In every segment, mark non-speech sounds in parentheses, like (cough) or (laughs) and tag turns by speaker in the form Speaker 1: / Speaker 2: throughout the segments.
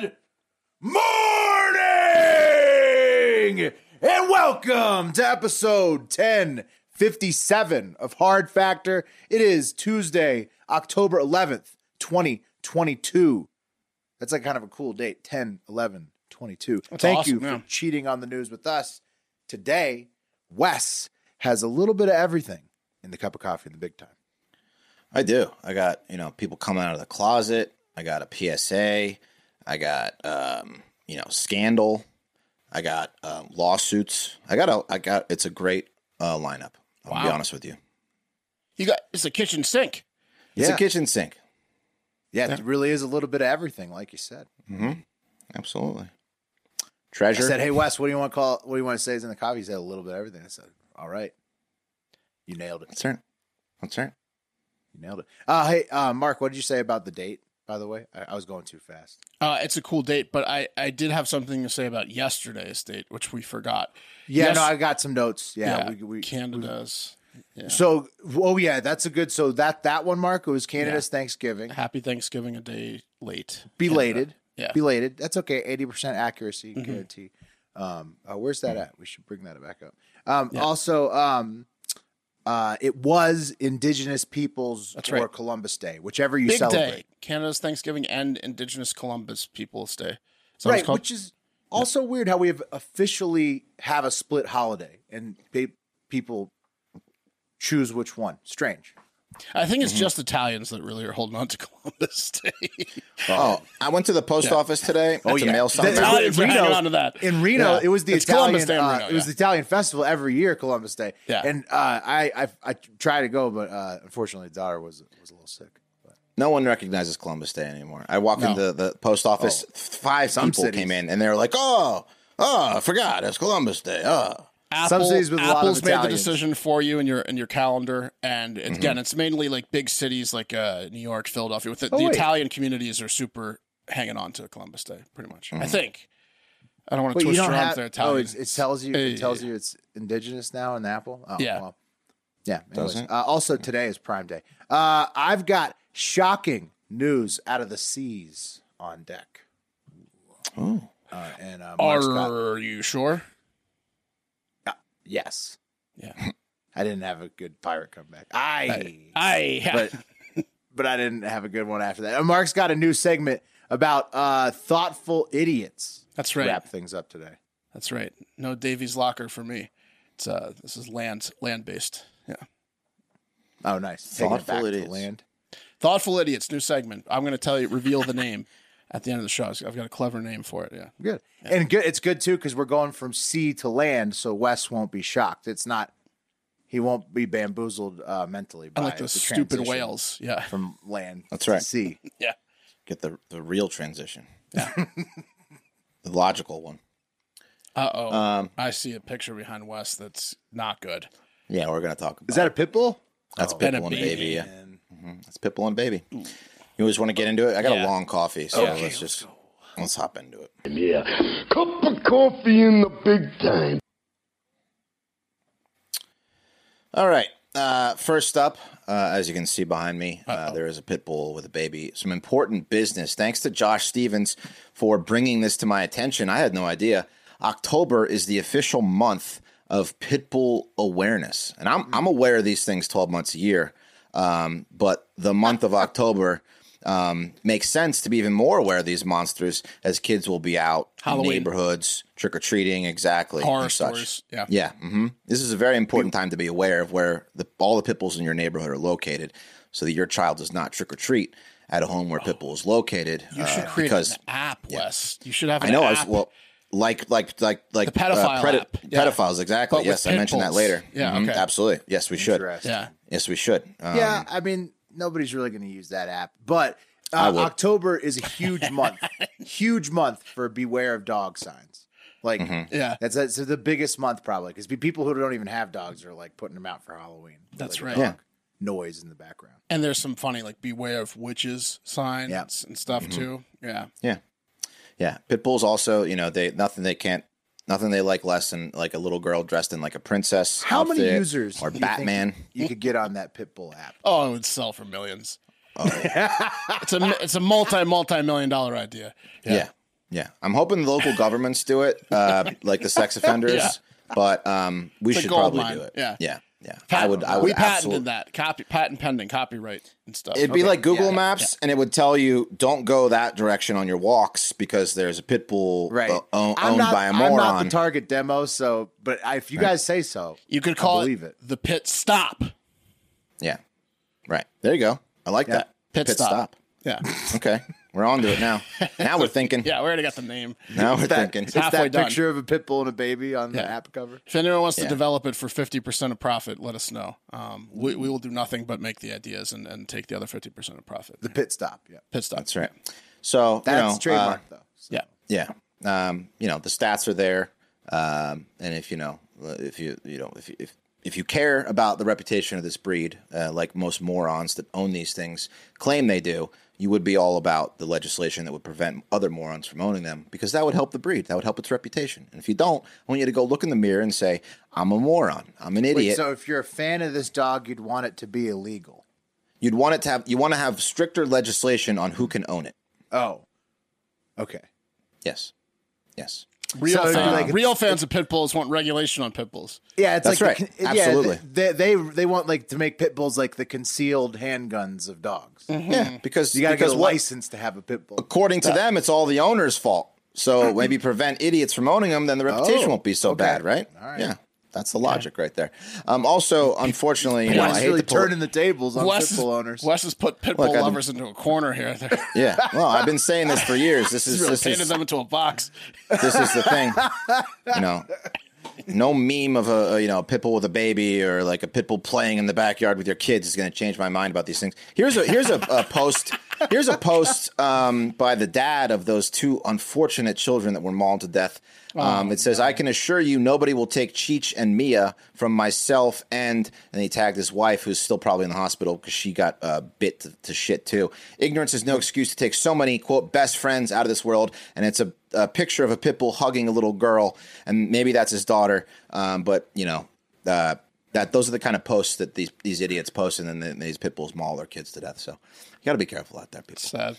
Speaker 1: Good morning! And welcome to episode 1057 of Hard Factor. It is Tuesday, October 11th, 2022. That's like kind of a cool date 10, 11, 22. Thank
Speaker 2: awesome,
Speaker 1: you for
Speaker 2: yeah.
Speaker 1: cheating on the news with us. Today, Wes has a little bit of everything in the cup of coffee in the big time.
Speaker 3: I do. I got you know people coming out of the closet. I got a PSA. I got um, you know scandal. I got um, lawsuits. I got a. I got. It's a great uh, lineup. I'll be
Speaker 2: Wow.
Speaker 3: honest with you.
Speaker 2: You got it's a kitchen sink.
Speaker 3: It's
Speaker 1: Yeah.
Speaker 3: a kitchen sink.
Speaker 1: Yeah, it really is a little bit of everything, like you said.
Speaker 3: Mm-hmm. Absolutely. Treasure.
Speaker 1: I said, "Hey Wes, what do you want to call? What do you want to say is in the coffee?" He said, "A little bit of everything." I said, "All right, you nailed it.
Speaker 3: That's right. That's right.
Speaker 1: You nailed it." Uh, hey, uh, Mark, what did you say about the date? By the way, I, I was going too fast.
Speaker 2: Uh, it's a cool date, but I, I did have something to say about yesterday's date, which we forgot.
Speaker 1: Yeah,
Speaker 2: Yes.
Speaker 1: no, I got some notes. Yeah,
Speaker 2: Yeah,
Speaker 1: we, we,
Speaker 2: Canada's
Speaker 1: so oh yeah, that's a good. So that that one, Mark, it was Canada's Thanksgiving,
Speaker 2: Happy Thanksgiving a day late.
Speaker 1: belated,
Speaker 2: Yeah. Mm-hmm.
Speaker 1: belated. That's okay, eighty percent accuracy guarantee. Um, uh, where's that at? We should bring that back up. Um, also, um. Uh, it was Indigenous Peoples
Speaker 2: That's
Speaker 1: or
Speaker 2: right.
Speaker 1: Columbus Day, whichever you
Speaker 2: Big
Speaker 1: celebrate.
Speaker 2: day. Canada's Thanksgiving and Indigenous Columbus Peoples Day. So
Speaker 1: right, which is also weird how we have officially have a split holiday and pe- people choose which one. Strange.
Speaker 2: I think
Speaker 1: Mm-hmm.
Speaker 2: it's just Italians that really are holding on to (laughs) Columbus Day.
Speaker 3: Oh, I went to the post office today. Oh
Speaker 1: yeah.
Speaker 3: To mail something.
Speaker 1: That's-
Speaker 3: out.
Speaker 2: Italians are hanging on to that.
Speaker 1: In Reno,
Speaker 2: Yeah.
Speaker 1: it was the
Speaker 2: It's
Speaker 1: Italian.
Speaker 2: Columbus Day in
Speaker 1: uh,
Speaker 2: Reno,
Speaker 1: It was
Speaker 2: yeah.
Speaker 1: the Italian festival every year, Columbus Day.
Speaker 2: Yeah.
Speaker 1: and uh, I, I I try to go, but uh, unfortunately, the daughter was was a little sick. But
Speaker 3: No one recognizes Columbus Day anymore. I walked
Speaker 2: No.
Speaker 3: into the post office. Five
Speaker 1: Some Oh.
Speaker 3: people
Speaker 1: cities.
Speaker 3: came in and they were like, "Oh, oh, I forgot it's Columbus Day." Oh,
Speaker 2: Apple,
Speaker 1: cities with a lot of
Speaker 2: Apple's made the
Speaker 1: Italians. Mm-hmm.
Speaker 2: decision for you in your in your calendar, and it's, again, it's mainly like big cities like uh, New York, Philadelphia. With the,
Speaker 1: Oh,
Speaker 2: the
Speaker 1: wait.
Speaker 2: Italian communities are super hanging on to Columbus Day, pretty much. I think. I don't want
Speaker 1: Mm-hmm.
Speaker 2: to
Speaker 1: Wait, you
Speaker 2: twist your
Speaker 1: don't have.
Speaker 2: arms there,
Speaker 1: Oh,
Speaker 2: Italian.
Speaker 1: it, it tells you.
Speaker 2: Hey.
Speaker 1: It tells you it's indigenous now in Apple. Oh,
Speaker 2: Yeah.
Speaker 1: Well, yeah. Anyways,
Speaker 3: Doesn't it?
Speaker 1: uh, also, today is Prime Day. Uh, I've got shocking news out of the seas on deck. Uh, and uh, Mark's got-
Speaker 2: are you sure?
Speaker 1: yes,
Speaker 2: Yeah.
Speaker 1: (laughs) I didn't have a good pirate comeback. I,
Speaker 2: I
Speaker 1: but but I didn't have a good one after that. And Mark's got a new segment about uh, thoughtful idiots.
Speaker 2: (laughs) That's
Speaker 1: to
Speaker 2: right.
Speaker 1: Wrap things up today.
Speaker 2: That's right. No Davies locker for me. It's uh this is land land based. Yeah.
Speaker 1: Oh, nice. Taking it
Speaker 3: Thoughtful
Speaker 1: back to
Speaker 3: idiots.
Speaker 1: land.
Speaker 2: Thoughtful idiots, new segment. I'm gonna tell you reveal
Speaker 1: (laughs)
Speaker 2: the name at the end of the show. I've got a clever name for it. Yeah.
Speaker 1: Good. And good it's good too because we're going from sea to land, so Wes won't be shocked. It's not he won't be bamboozled uh, mentally by
Speaker 2: Unlike
Speaker 1: the
Speaker 2: those stupid
Speaker 1: transition
Speaker 2: whales. Yeah.
Speaker 1: from land.
Speaker 3: That's
Speaker 1: to
Speaker 3: right.
Speaker 1: sea.
Speaker 2: Yeah.
Speaker 3: get the the real transition. (laughs) the logical one.
Speaker 2: Uh oh.
Speaker 3: Um,
Speaker 2: I see a picture behind Wes that's not good.
Speaker 3: yeah, we're gonna talk. About
Speaker 1: Is that a pit bull?
Speaker 3: that's Pitbull
Speaker 2: and a
Speaker 3: and baby?
Speaker 2: baby.
Speaker 3: yeah. That's Pitbull and baby. You always want to get into it. I got a long coffee, so let's just let's hop into it.
Speaker 4: Yeah, cup of coffee in the big time.
Speaker 3: All right. Uh, first up, uh, as you can see behind me, uh, there is a pit bull with a baby. Some important business. Thanks to Josh Stevens for bringing this to my attention. I had no idea. October is the official month of pit bull awareness, and I'm I'm aware of these things 12 months a yeyear. Um, but the month of October um, makes sense to be even more aware of these monsters, as kids will be out
Speaker 2: Halloween.
Speaker 3: in neighborhoods trick or treating, exactly
Speaker 2: Horror
Speaker 3: and such.
Speaker 2: stories. Yeah.
Speaker 3: Yeah, hmm this is a very important time to be aware of where the, all the pit bulls in your neighborhood are located, so that your child does not trick or treat at a home where Pitbull is located.
Speaker 2: You should
Speaker 3: uh,
Speaker 2: create
Speaker 3: because
Speaker 2: an app, Wes. You should have. An
Speaker 3: I know I
Speaker 2: App,
Speaker 3: was well, like like like like
Speaker 2: The pedophile
Speaker 3: pred-
Speaker 2: app. Yeah.
Speaker 3: pedophiles exactly.
Speaker 2: But with
Speaker 3: yes, I
Speaker 2: pit
Speaker 3: mentioned that
Speaker 2: bulls.
Speaker 3: later.
Speaker 2: Yeah,
Speaker 3: Mhm,
Speaker 2: okay.
Speaker 3: absolutely. Yes, we should.
Speaker 2: yeah.
Speaker 3: Yes, we should. Um,
Speaker 1: yeah, I mean, nobody's really going to use that app, but
Speaker 3: I
Speaker 1: uh,
Speaker 3: would.
Speaker 1: October is a
Speaker 3: (laughs)
Speaker 1: huge month, huge month for beware of dog signs. Like
Speaker 3: Mm-hmm.
Speaker 2: Yeah.
Speaker 1: that's, that's the biggest month probably because people who don't even have dogs are like putting them out for Halloween. with,
Speaker 2: That's
Speaker 1: like, a
Speaker 2: right.
Speaker 1: dog
Speaker 3: Yeah.
Speaker 1: Noise in the background.
Speaker 2: And there's some funny like beware of witches signs
Speaker 1: Yeah.
Speaker 2: and stuff
Speaker 3: Mm-hmm.
Speaker 2: too. Yeah.
Speaker 3: Yeah. Yeah. Pit bulls also, you know, they nothing they can't nothing they like less than like a little girl dressed in like a princess.
Speaker 1: How many
Speaker 3: outfit
Speaker 1: users
Speaker 3: or
Speaker 1: do you think
Speaker 3: Batman?
Speaker 1: You could get on that Pitbull app.
Speaker 2: Oh, it would sell for millions.
Speaker 3: Oh,
Speaker 2: it's a it's a multi multi million dollar idea.
Speaker 3: Yeah. yeah. I'm hoping local governments do it, uh, like
Speaker 2: (laughs)
Speaker 3: the sex offenders.
Speaker 2: Yeah.
Speaker 3: But um, we
Speaker 2: a
Speaker 3: should
Speaker 2: gold
Speaker 3: probably
Speaker 2: mine.
Speaker 3: do it.
Speaker 2: Yeah.
Speaker 3: Yeah. Yeah.
Speaker 2: Pat-
Speaker 3: I would I would
Speaker 2: we patented
Speaker 3: absolutely
Speaker 2: that copy patent pending copyright and stuff.
Speaker 3: It'd be like Google Maps, and it would tell you don't go that direction on your walks because there's a pit bull
Speaker 1: Right.
Speaker 3: uh, o-
Speaker 1: I'm
Speaker 3: owned
Speaker 1: not,
Speaker 3: by a
Speaker 1: I'm
Speaker 3: moron.
Speaker 1: not the target demo, so but I, if you guys say so,
Speaker 2: you could call
Speaker 1: believe it.
Speaker 2: the pit stop.
Speaker 3: yeah, right. There you go. I like that
Speaker 2: Pit stop.
Speaker 3: (laughs)
Speaker 2: Yeah.
Speaker 3: Okay, we're on to
Speaker 2: (laughs)
Speaker 3: it now. Now we're thinking.
Speaker 2: Yeah, we already got the name.
Speaker 3: Now we're
Speaker 1: that,
Speaker 3: thinking.
Speaker 1: it's
Speaker 2: Halfway
Speaker 1: that
Speaker 2: done.
Speaker 1: picture of a Pitbull and a baby on the app cover.
Speaker 2: If anyone wants
Speaker 3: Yeah.
Speaker 2: to develop it for fifty percent of profit, let us know. Um, we, we will do nothing but make the ideas and, and take the other fifty percent of profit.
Speaker 1: The pit stop. Yeah,
Speaker 2: Pit stop.
Speaker 3: That's right. So
Speaker 1: that's
Speaker 3: you know, uh,
Speaker 1: trademarked though. So.
Speaker 2: Yeah.
Speaker 3: yeah, um, you know the stats are there, um, and if you know if you you know if you, if if you care about the reputation of this breed, uh, like most morons that own these things claim they do, you would be all about the legislation that would prevent other morons from owning them because that would help the breed, that would help its reputation. And if you don't, I want you to go look in the mirror and say, "I'm a moron, I'm an
Speaker 1: Wait,
Speaker 3: idiot."
Speaker 1: so if you're a fan of this dog, you'd want it to be illegal.
Speaker 3: You'd want it to have you want to have stricter legislation on who can own it.
Speaker 1: Oh, okay.
Speaker 3: Yes, yes.
Speaker 2: Real,
Speaker 1: So it'd be
Speaker 2: fan-
Speaker 1: Uh, like it's-
Speaker 2: uh, real fans of pit bulls want regulation on pit bulls.
Speaker 1: Yeah, it's
Speaker 3: That's
Speaker 1: like
Speaker 3: right.
Speaker 1: the con-
Speaker 3: Absolutely.
Speaker 1: Yeah, they, they they want like to make pit bulls like the concealed handguns of dogs.
Speaker 3: Yeah, because
Speaker 1: You gotta
Speaker 3: Mm. because
Speaker 1: get a
Speaker 3: what-
Speaker 1: license to have a pit bull.
Speaker 3: according to them, it's all the owner's fault. So maybe prevent idiots from owning them, then the reputation won't be so bad, right? Yeah, that's the logic right there. Um, also, unfortunately, you know, I
Speaker 1: Wes
Speaker 3: hate
Speaker 1: really
Speaker 3: to pull-
Speaker 1: turning the tables on
Speaker 2: Wes,
Speaker 1: pit bull owners.
Speaker 2: Wes has put pit
Speaker 3: Look,
Speaker 2: bull
Speaker 3: I'm-
Speaker 2: lovers into a corner here. (laughs) They're
Speaker 3: Yeah, well, I've been saying this for years. This is
Speaker 2: really
Speaker 3: this
Speaker 2: painted
Speaker 3: is
Speaker 2: them into a box.
Speaker 3: this is the thing. You know, no meme of a a, you know a pit bull with a baby or like a pit bull playing in the backyard with your kids is going to change my mind about these things. Here's a here's a, a post. Here's a post um, by the dad of those two unfortunate children that were mauled to death. Um, it says, "I can assure you, nobody will take Cheech and Mia from myself." And and he tagged his wife, who's still probably in the hospital because she got uh, bit to, to shit too. Ignorance is no excuse to take so many quote best friends out of this world. And it's a, a picture of a pit bull hugging a little girl, and maybe that's his daughter. Um, but you know, uh, that those are the kind of posts that these these idiots post, and then these pit bulls maul their kids to death. So you got to be careful out there, people.
Speaker 2: Sad.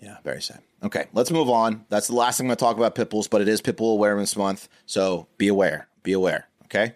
Speaker 3: Yeah, very sad. Okay, let's move on. That's the last thing I'm going to talk about pit bulls, but it is Pit Bull Awareness Month, so be aware. Be aware. Okay.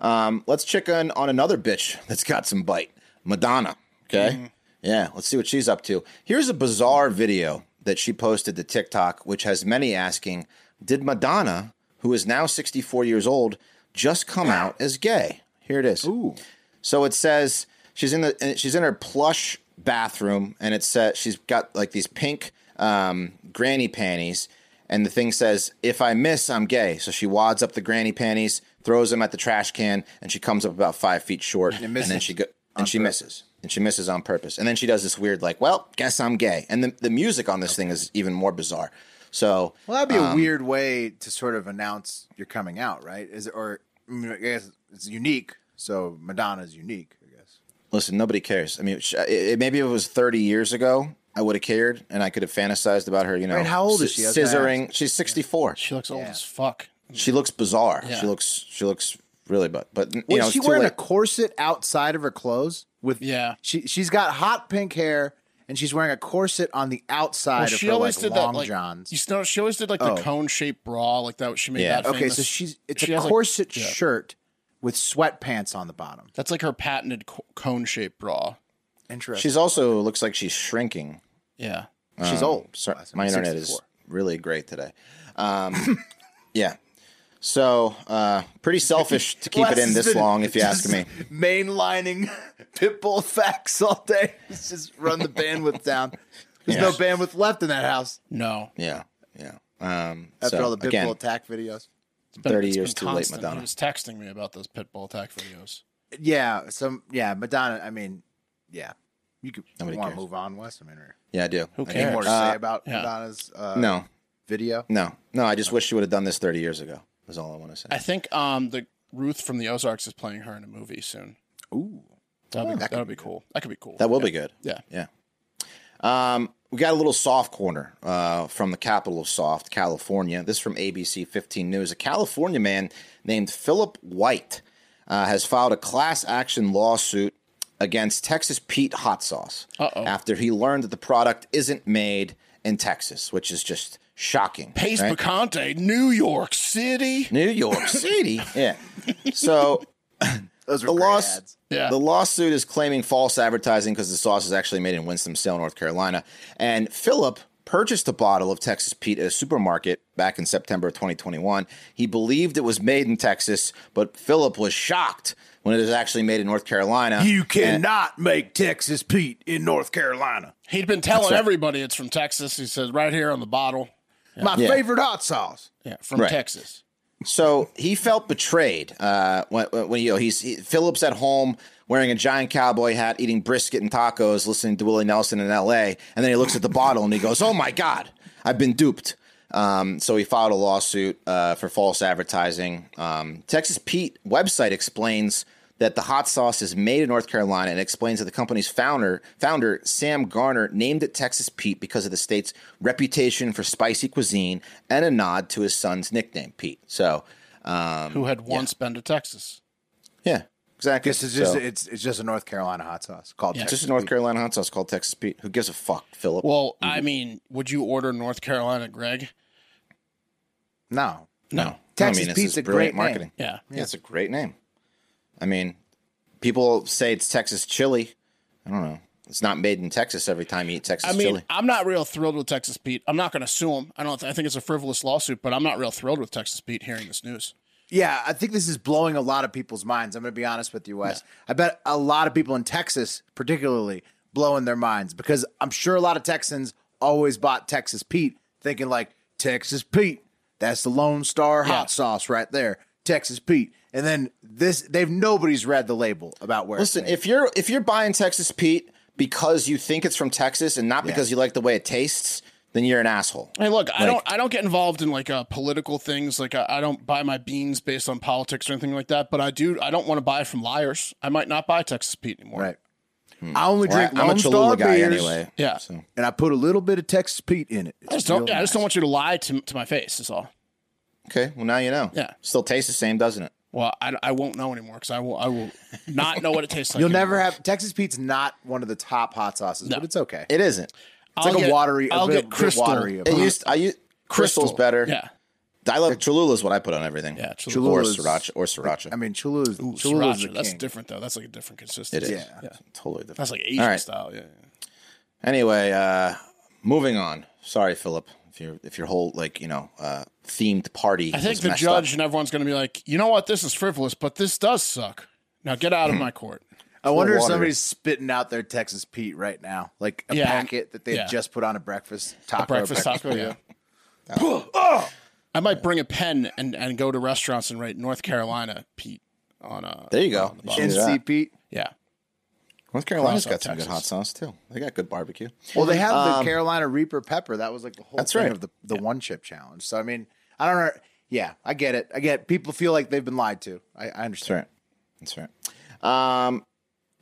Speaker 3: Um, let's check in on another bitch that's got some bite, Madonna. Okay. Yeah, let's see what she's up to. Here's a bizarre video that she posted to TikTok, which has many asking, "Did Madonna, who is now 64 years old, just come out as gay?" Here it is. Ah. Ooh. So it says she's in the she's in her plush bathroom, and it says she's got like these pink um, granny panties, and the thing says, "If I miss, I'm gay." So she wads up the granny panties, throws them at the trash can, and she comes up about five feet short, and, then she go, and she misses. And she misses on purpose. And then she does this weird, like, well, guess I'm gay. And the, the music on this thing is even more bizarre. So,
Speaker 1: Well, that'd be
Speaker 3: um,
Speaker 1: a weird way to sort of announce you're coming out, right? Is it, or I mean, I guess it's unique. So Madonna's unique, I guess.
Speaker 3: listen, nobody cares. I mean, sh- it, it, maybe if it was 30 years ago, I would have cared and I could have fantasized about her, you know.
Speaker 1: Right, how old is she? I was gonna
Speaker 3: Scissoring. She's 64.
Speaker 2: She looks old as fuck.
Speaker 3: She looks bizarre.
Speaker 2: Yeah.
Speaker 3: She looks, she looks really, but, but, you
Speaker 1: Was
Speaker 3: know,
Speaker 1: she
Speaker 3: it's too
Speaker 1: wearing a
Speaker 3: late.
Speaker 1: corset outside of her clothes? With
Speaker 2: Yeah.
Speaker 1: she she's got hot pink hair and she's wearing a corset on the outside
Speaker 2: Well,
Speaker 1: of
Speaker 2: she
Speaker 1: her
Speaker 2: always
Speaker 1: like,
Speaker 2: did
Speaker 1: long
Speaker 2: that. Like,
Speaker 1: johns. Oh.
Speaker 2: You know, she always did like the cone shaped bra, like that. She made
Speaker 3: Yeah.
Speaker 2: that.
Speaker 1: okay,
Speaker 2: famous.
Speaker 1: so she's it's
Speaker 2: she
Speaker 1: a
Speaker 2: has, like-
Speaker 1: corset
Speaker 2: yeah.
Speaker 1: shirt with sweatpants on the bottom.
Speaker 2: That's like her patented cone shaped bra.
Speaker 1: Interesting.
Speaker 3: She's also looks like she's shrinking.
Speaker 2: Yeah.
Speaker 1: She's, old.
Speaker 3: Sorry,
Speaker 1: Bless her.
Speaker 3: my internet
Speaker 1: 64. (laughs)
Speaker 3: is really great today. Um, yeah. So, uh, pretty selfish to keep it in this long, if you ask
Speaker 1: (laughs)
Speaker 3: me.
Speaker 1: Mainlining (laughs) pitbull facts all day. It's just run the bandwidth down. There's no
Speaker 3: Yes.
Speaker 1: bandwidth left in that house
Speaker 2: No.
Speaker 3: Yeah, yeah. Um,
Speaker 1: after
Speaker 3: so,
Speaker 1: all the pitbull
Speaker 3: again,
Speaker 1: attack videos.
Speaker 2: It's been-
Speaker 3: 30
Speaker 2: it's
Speaker 3: years
Speaker 2: been
Speaker 3: too late,
Speaker 2: constant.
Speaker 3: Madonna.
Speaker 2: He was texting me about those pitbull attack videos.
Speaker 1: Yeah, some yeah, Madonna. I mean, yeah, you could
Speaker 3: Nobody
Speaker 1: want to
Speaker 3: cares.
Speaker 1: move on, Wes. I mean, or-
Speaker 3: Yeah, I do.
Speaker 2: Who
Speaker 3: I do.
Speaker 1: any
Speaker 2: cares?
Speaker 1: more to
Speaker 3: Uh,
Speaker 1: say about
Speaker 2: yeah.
Speaker 1: Madonna's uh,
Speaker 3: No,
Speaker 1: video?
Speaker 3: no, no. I just wish she would have done this 30 years ago. Is all I want to say.
Speaker 2: I think um the Ruth from the Ozarks is playing her in a movie soon.
Speaker 1: Ooh,
Speaker 2: That'd be,
Speaker 1: that
Speaker 2: that'd be cool. That could be cool.
Speaker 3: Oh. That will be good.
Speaker 2: Yeah.
Speaker 3: Yeah. Um, we got a little soft corner uh, from the capital of soft, California. This is from ABC 15 News. A California man named Philip White uh, has filed a class action lawsuit against Texas Pete Hot Sauce
Speaker 2: Uh-oh.
Speaker 3: after he learned that the product isn't made in Texas, which is just shocking.
Speaker 2: Pace
Speaker 3: right?
Speaker 2: Picante, New York City.
Speaker 3: New (laughs) York City. yeah. So
Speaker 1: those are
Speaker 3: the
Speaker 1: great
Speaker 3: loss,
Speaker 1: ads.
Speaker 2: Yeah.
Speaker 3: The lawsuit is claiming false advertising because the sauce is actually made in Winston-Salem, North Carolina. And Philip purchased a bottle of Texas Pete at a supermarket back in September of 2021. He believed it was made in Texas, but Philip was shocked when it was actually made in North Carolina.
Speaker 5: You cannot make Texas Pete in North Carolina.
Speaker 2: He'd been telling
Speaker 3: right.
Speaker 2: everybody it's from Texas. He says right here on the bottle.
Speaker 1: My
Speaker 3: Yeah.
Speaker 1: favorite hot sauce.
Speaker 2: Yeah, from
Speaker 3: Right.
Speaker 2: Texas.
Speaker 3: So he felt betrayed uh, when, when you know he's he, Phillips at home wearing a giant cowboy hat, eating brisket and tacos, listening to Willie Nelson in L.A. And then he looks at the bottle and he goes, "Oh my God, I've been duped." Um, so he filed a lawsuit uh, for false advertising. Um, Texas Pete website explains that the hot sauce is made in North Carolina and explains that the company's founder, founder Sam Garner, named it Texas Pete because of the state's reputation for spicy cuisine and a nod to his son's nickname, Pete. So, um,
Speaker 2: Who had once been to Texas?
Speaker 3: yeah, exactly.
Speaker 1: This is just
Speaker 3: So,
Speaker 1: it's it's just a North Carolina hot sauce called
Speaker 3: it's
Speaker 1: Texas
Speaker 3: just a North
Speaker 1: Pete.
Speaker 3: Carolina hot sauce called Texas Pete. Who gives a fuck, Philip?
Speaker 2: Well, I
Speaker 3: Mm-hmm.
Speaker 2: mean, would you order North Carolina, Greg?
Speaker 1: No,
Speaker 3: no,
Speaker 1: Texas
Speaker 3: I mean, this
Speaker 1: Pete's
Speaker 3: is
Speaker 1: a great
Speaker 3: brilliant
Speaker 1: name.
Speaker 3: marketing.
Speaker 2: Yeah.
Speaker 3: Yeah, it's a great name. I mean, people say it's Texas chili. I don't know. It's not made in Texas every time you eat Texas
Speaker 2: I mean,
Speaker 3: chili.
Speaker 2: I'm not real thrilled with Texas Pete. I'm not going to sue him. I don't. I think it's a frivolous lawsuit, but I'm not real thrilled with Texas Pete hearing this news.
Speaker 1: Yeah, I think this is blowing a lot of people's minds. I'm going to be honest with you, Wes. I bet a lot of people in Texas, particularly, blowing their minds because I'm sure a lot of Texans always bought Texas Pete, thinking like Texas Pete. That's the Lone Star
Speaker 2: Yeah.
Speaker 1: hot sauce right there, Texas Pete. And then this, they've nobody's read the label about where. it's
Speaker 3: Listen,
Speaker 1: made.
Speaker 3: if you're if you're buying Texas Pete because you think it's from Texas and not because you like the way it tastes, then you're an asshole.
Speaker 2: Hey, look, I don't. I don't get involved in like uh, political things. Like I, I don't buy my beans based on politics or anything like that. But I do. I don't want to buy from liars. I might not buy Texas Pete anymore.
Speaker 1: right, I only
Speaker 3: Hmm. Well,
Speaker 1: drink
Speaker 3: I, am a
Speaker 1: Lone
Speaker 3: Cholula
Speaker 1: Star
Speaker 3: guy
Speaker 1: beers,
Speaker 3: anyway.
Speaker 2: Yeah.
Speaker 3: So
Speaker 1: and I put a little bit of Texas Pete in it.
Speaker 2: I just don't. yeah, I just don't want you to lie to, to my face. Is all.
Speaker 3: okay, well now you know.
Speaker 2: Yeah.
Speaker 3: Still tastes the same, doesn't it?
Speaker 2: Well, I, I won't know anymore because I will. I will not know what it
Speaker 3: (laughs)
Speaker 2: tastes like.
Speaker 1: You'll never
Speaker 2: anymore.
Speaker 1: have Texas Pete's not one of the top hot sauces, but it's okay.
Speaker 3: It isn't.
Speaker 1: It's like
Speaker 2: I'll
Speaker 1: a
Speaker 2: get-
Speaker 1: watery. a
Speaker 2: I'll
Speaker 1: bit-
Speaker 2: get
Speaker 1: bit
Speaker 2: Crystal.
Speaker 1: watery
Speaker 3: It
Speaker 1: about-
Speaker 3: used I use crystals better.
Speaker 2: Yeah.
Speaker 3: I love Cholula's what I put on everything.
Speaker 2: Yeah. Cholula.
Speaker 1: Cholula.
Speaker 3: Or
Speaker 1: Cholula's-
Speaker 3: sriracha or sriracha.
Speaker 1: I mean, Cholula's
Speaker 2: Ooh,
Speaker 1: Cholula's
Speaker 2: sriracha.
Speaker 1: the
Speaker 2: That's
Speaker 1: king.
Speaker 2: different though. That's like a different
Speaker 3: it is.
Speaker 2: consistency.
Speaker 1: yeah.
Speaker 3: Totally different.
Speaker 2: That's like Asian
Speaker 3: All right.
Speaker 2: style. Yeah. yeah.
Speaker 3: Anyway, uh moving on. Sorry, Philip, if your if your whole like, you know, uh themed party
Speaker 2: I think
Speaker 3: was
Speaker 2: the
Speaker 3: messed up.
Speaker 2: judge and everyone's going to be like, you know what? This is frivolous, but this does suck. Now get
Speaker 3: (clears throat)
Speaker 2: out of my court.
Speaker 1: I wonder if
Speaker 3: watery.
Speaker 1: somebody's spitting out their Texas Pete right now, like a
Speaker 2: Yeah.
Speaker 1: packet that they
Speaker 2: Yeah.
Speaker 1: have just put on a breakfast taco. or
Speaker 2: Breakfast taco.
Speaker 3: (laughs)
Speaker 2: Yeah. Ah! I might bring a pen and, and go to restaurants and write North Carolina Pete on a.
Speaker 3: There you go.
Speaker 1: (laughs)
Speaker 3: You should do that.
Speaker 1: NC Pete.
Speaker 2: Oh, Yeah.
Speaker 3: North
Speaker 2: Cross
Speaker 3: Carolina's got
Speaker 2: out
Speaker 3: some good
Speaker 2: Texas.
Speaker 3: hot sauce too. They got good barbecue.
Speaker 1: Well, they have the Carolina Reaper pepper. That was like the whole
Speaker 3: That's
Speaker 1: thing
Speaker 3: right.
Speaker 1: of the, the one chip challenge. So I mean, I don't know. Yeah, I get it. I get people feel like they've been lied to. I, I understand.
Speaker 3: That's right. Um,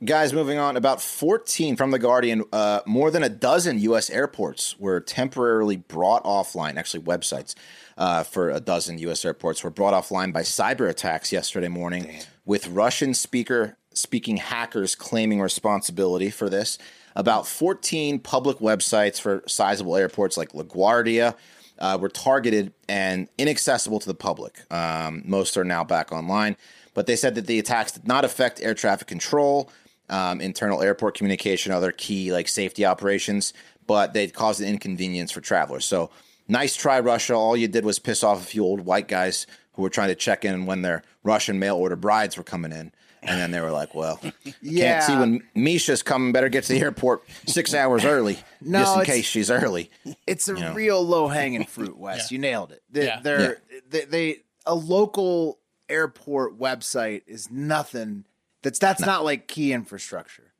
Speaker 3: guys, moving on. About 14 from The Guardian, uh, more than a dozen U.S. airports were temporarily brought offline. Actually, websites uh, for a dozen U.S. airports were brought offline by cyber attacks yesterday morning, with Russian speaker speaking hackers claiming responsibility for this. About 14 public websites for sizable airports like LaGuardia, uh, were targeted and inaccessible to the public. Um, most are now back online, but they said that the attacks did not affect air traffic control, um, internal airport communication, other key like safety operations, but they caused an inconvenience for travelers. So nice try, Russia. All you did was piss off a few old white guys who were trying to check in when their Russian mail order brides were coming in. And then they were
Speaker 1: (laughs)
Speaker 3: like, well,
Speaker 1: Yeah.
Speaker 3: can't see when Misha's coming. Better get to the airport six hours early
Speaker 1: (laughs) No,
Speaker 3: just in
Speaker 1: it's-
Speaker 3: case she's early.
Speaker 1: It's a real low hanging
Speaker 3: (laughs)
Speaker 1: fruit, Wes. You nailed it. They,
Speaker 2: Yeah.
Speaker 1: They're they, they a local airport website is nothing. That's that's not like key infrastructure,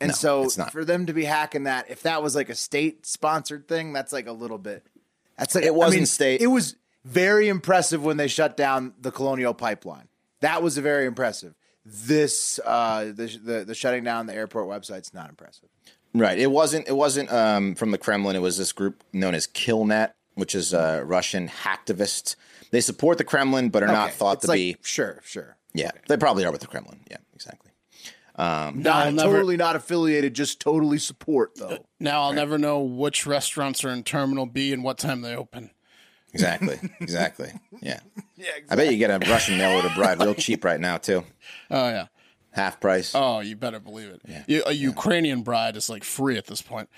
Speaker 1: and so
Speaker 3: it's not.
Speaker 1: for them to be hacking that, if that was like a state sponsored thing, that's like a little bit. That's like
Speaker 3: It
Speaker 1: I
Speaker 3: wasn't
Speaker 1: mean,
Speaker 3: state.
Speaker 1: It was very impressive when they shut down the Colonial Pipeline. That was very impressive. This uh, the, the the shutting down the airport website's not impressive.
Speaker 3: Right. It wasn't. It wasn't um, from the Kremlin. It was this group known as Killnet, which is uh, Russian hacktivists. They support the Kremlin, but are not
Speaker 1: Okay,
Speaker 3: thought
Speaker 1: it's
Speaker 3: to
Speaker 1: like,
Speaker 3: be.
Speaker 1: sure, sure.
Speaker 3: Yeah, they probably are with the Kremlin. Yeah, exactly.
Speaker 2: I'll
Speaker 1: not
Speaker 2: never-
Speaker 1: totally not affiliated, just totally support though.
Speaker 2: Now I'll never know which restaurants are in Terminal B and what time they open.
Speaker 1: (laughs)
Speaker 3: Exactly. exactly. Yeah. Yeah. I bet you get a Russian mail order bride real cheap right
Speaker 1: (laughs)
Speaker 3: now too,
Speaker 2: Oh yeah.
Speaker 3: half price.
Speaker 2: Oh, you better believe it. You- a Ukrainian bride is like free at this point,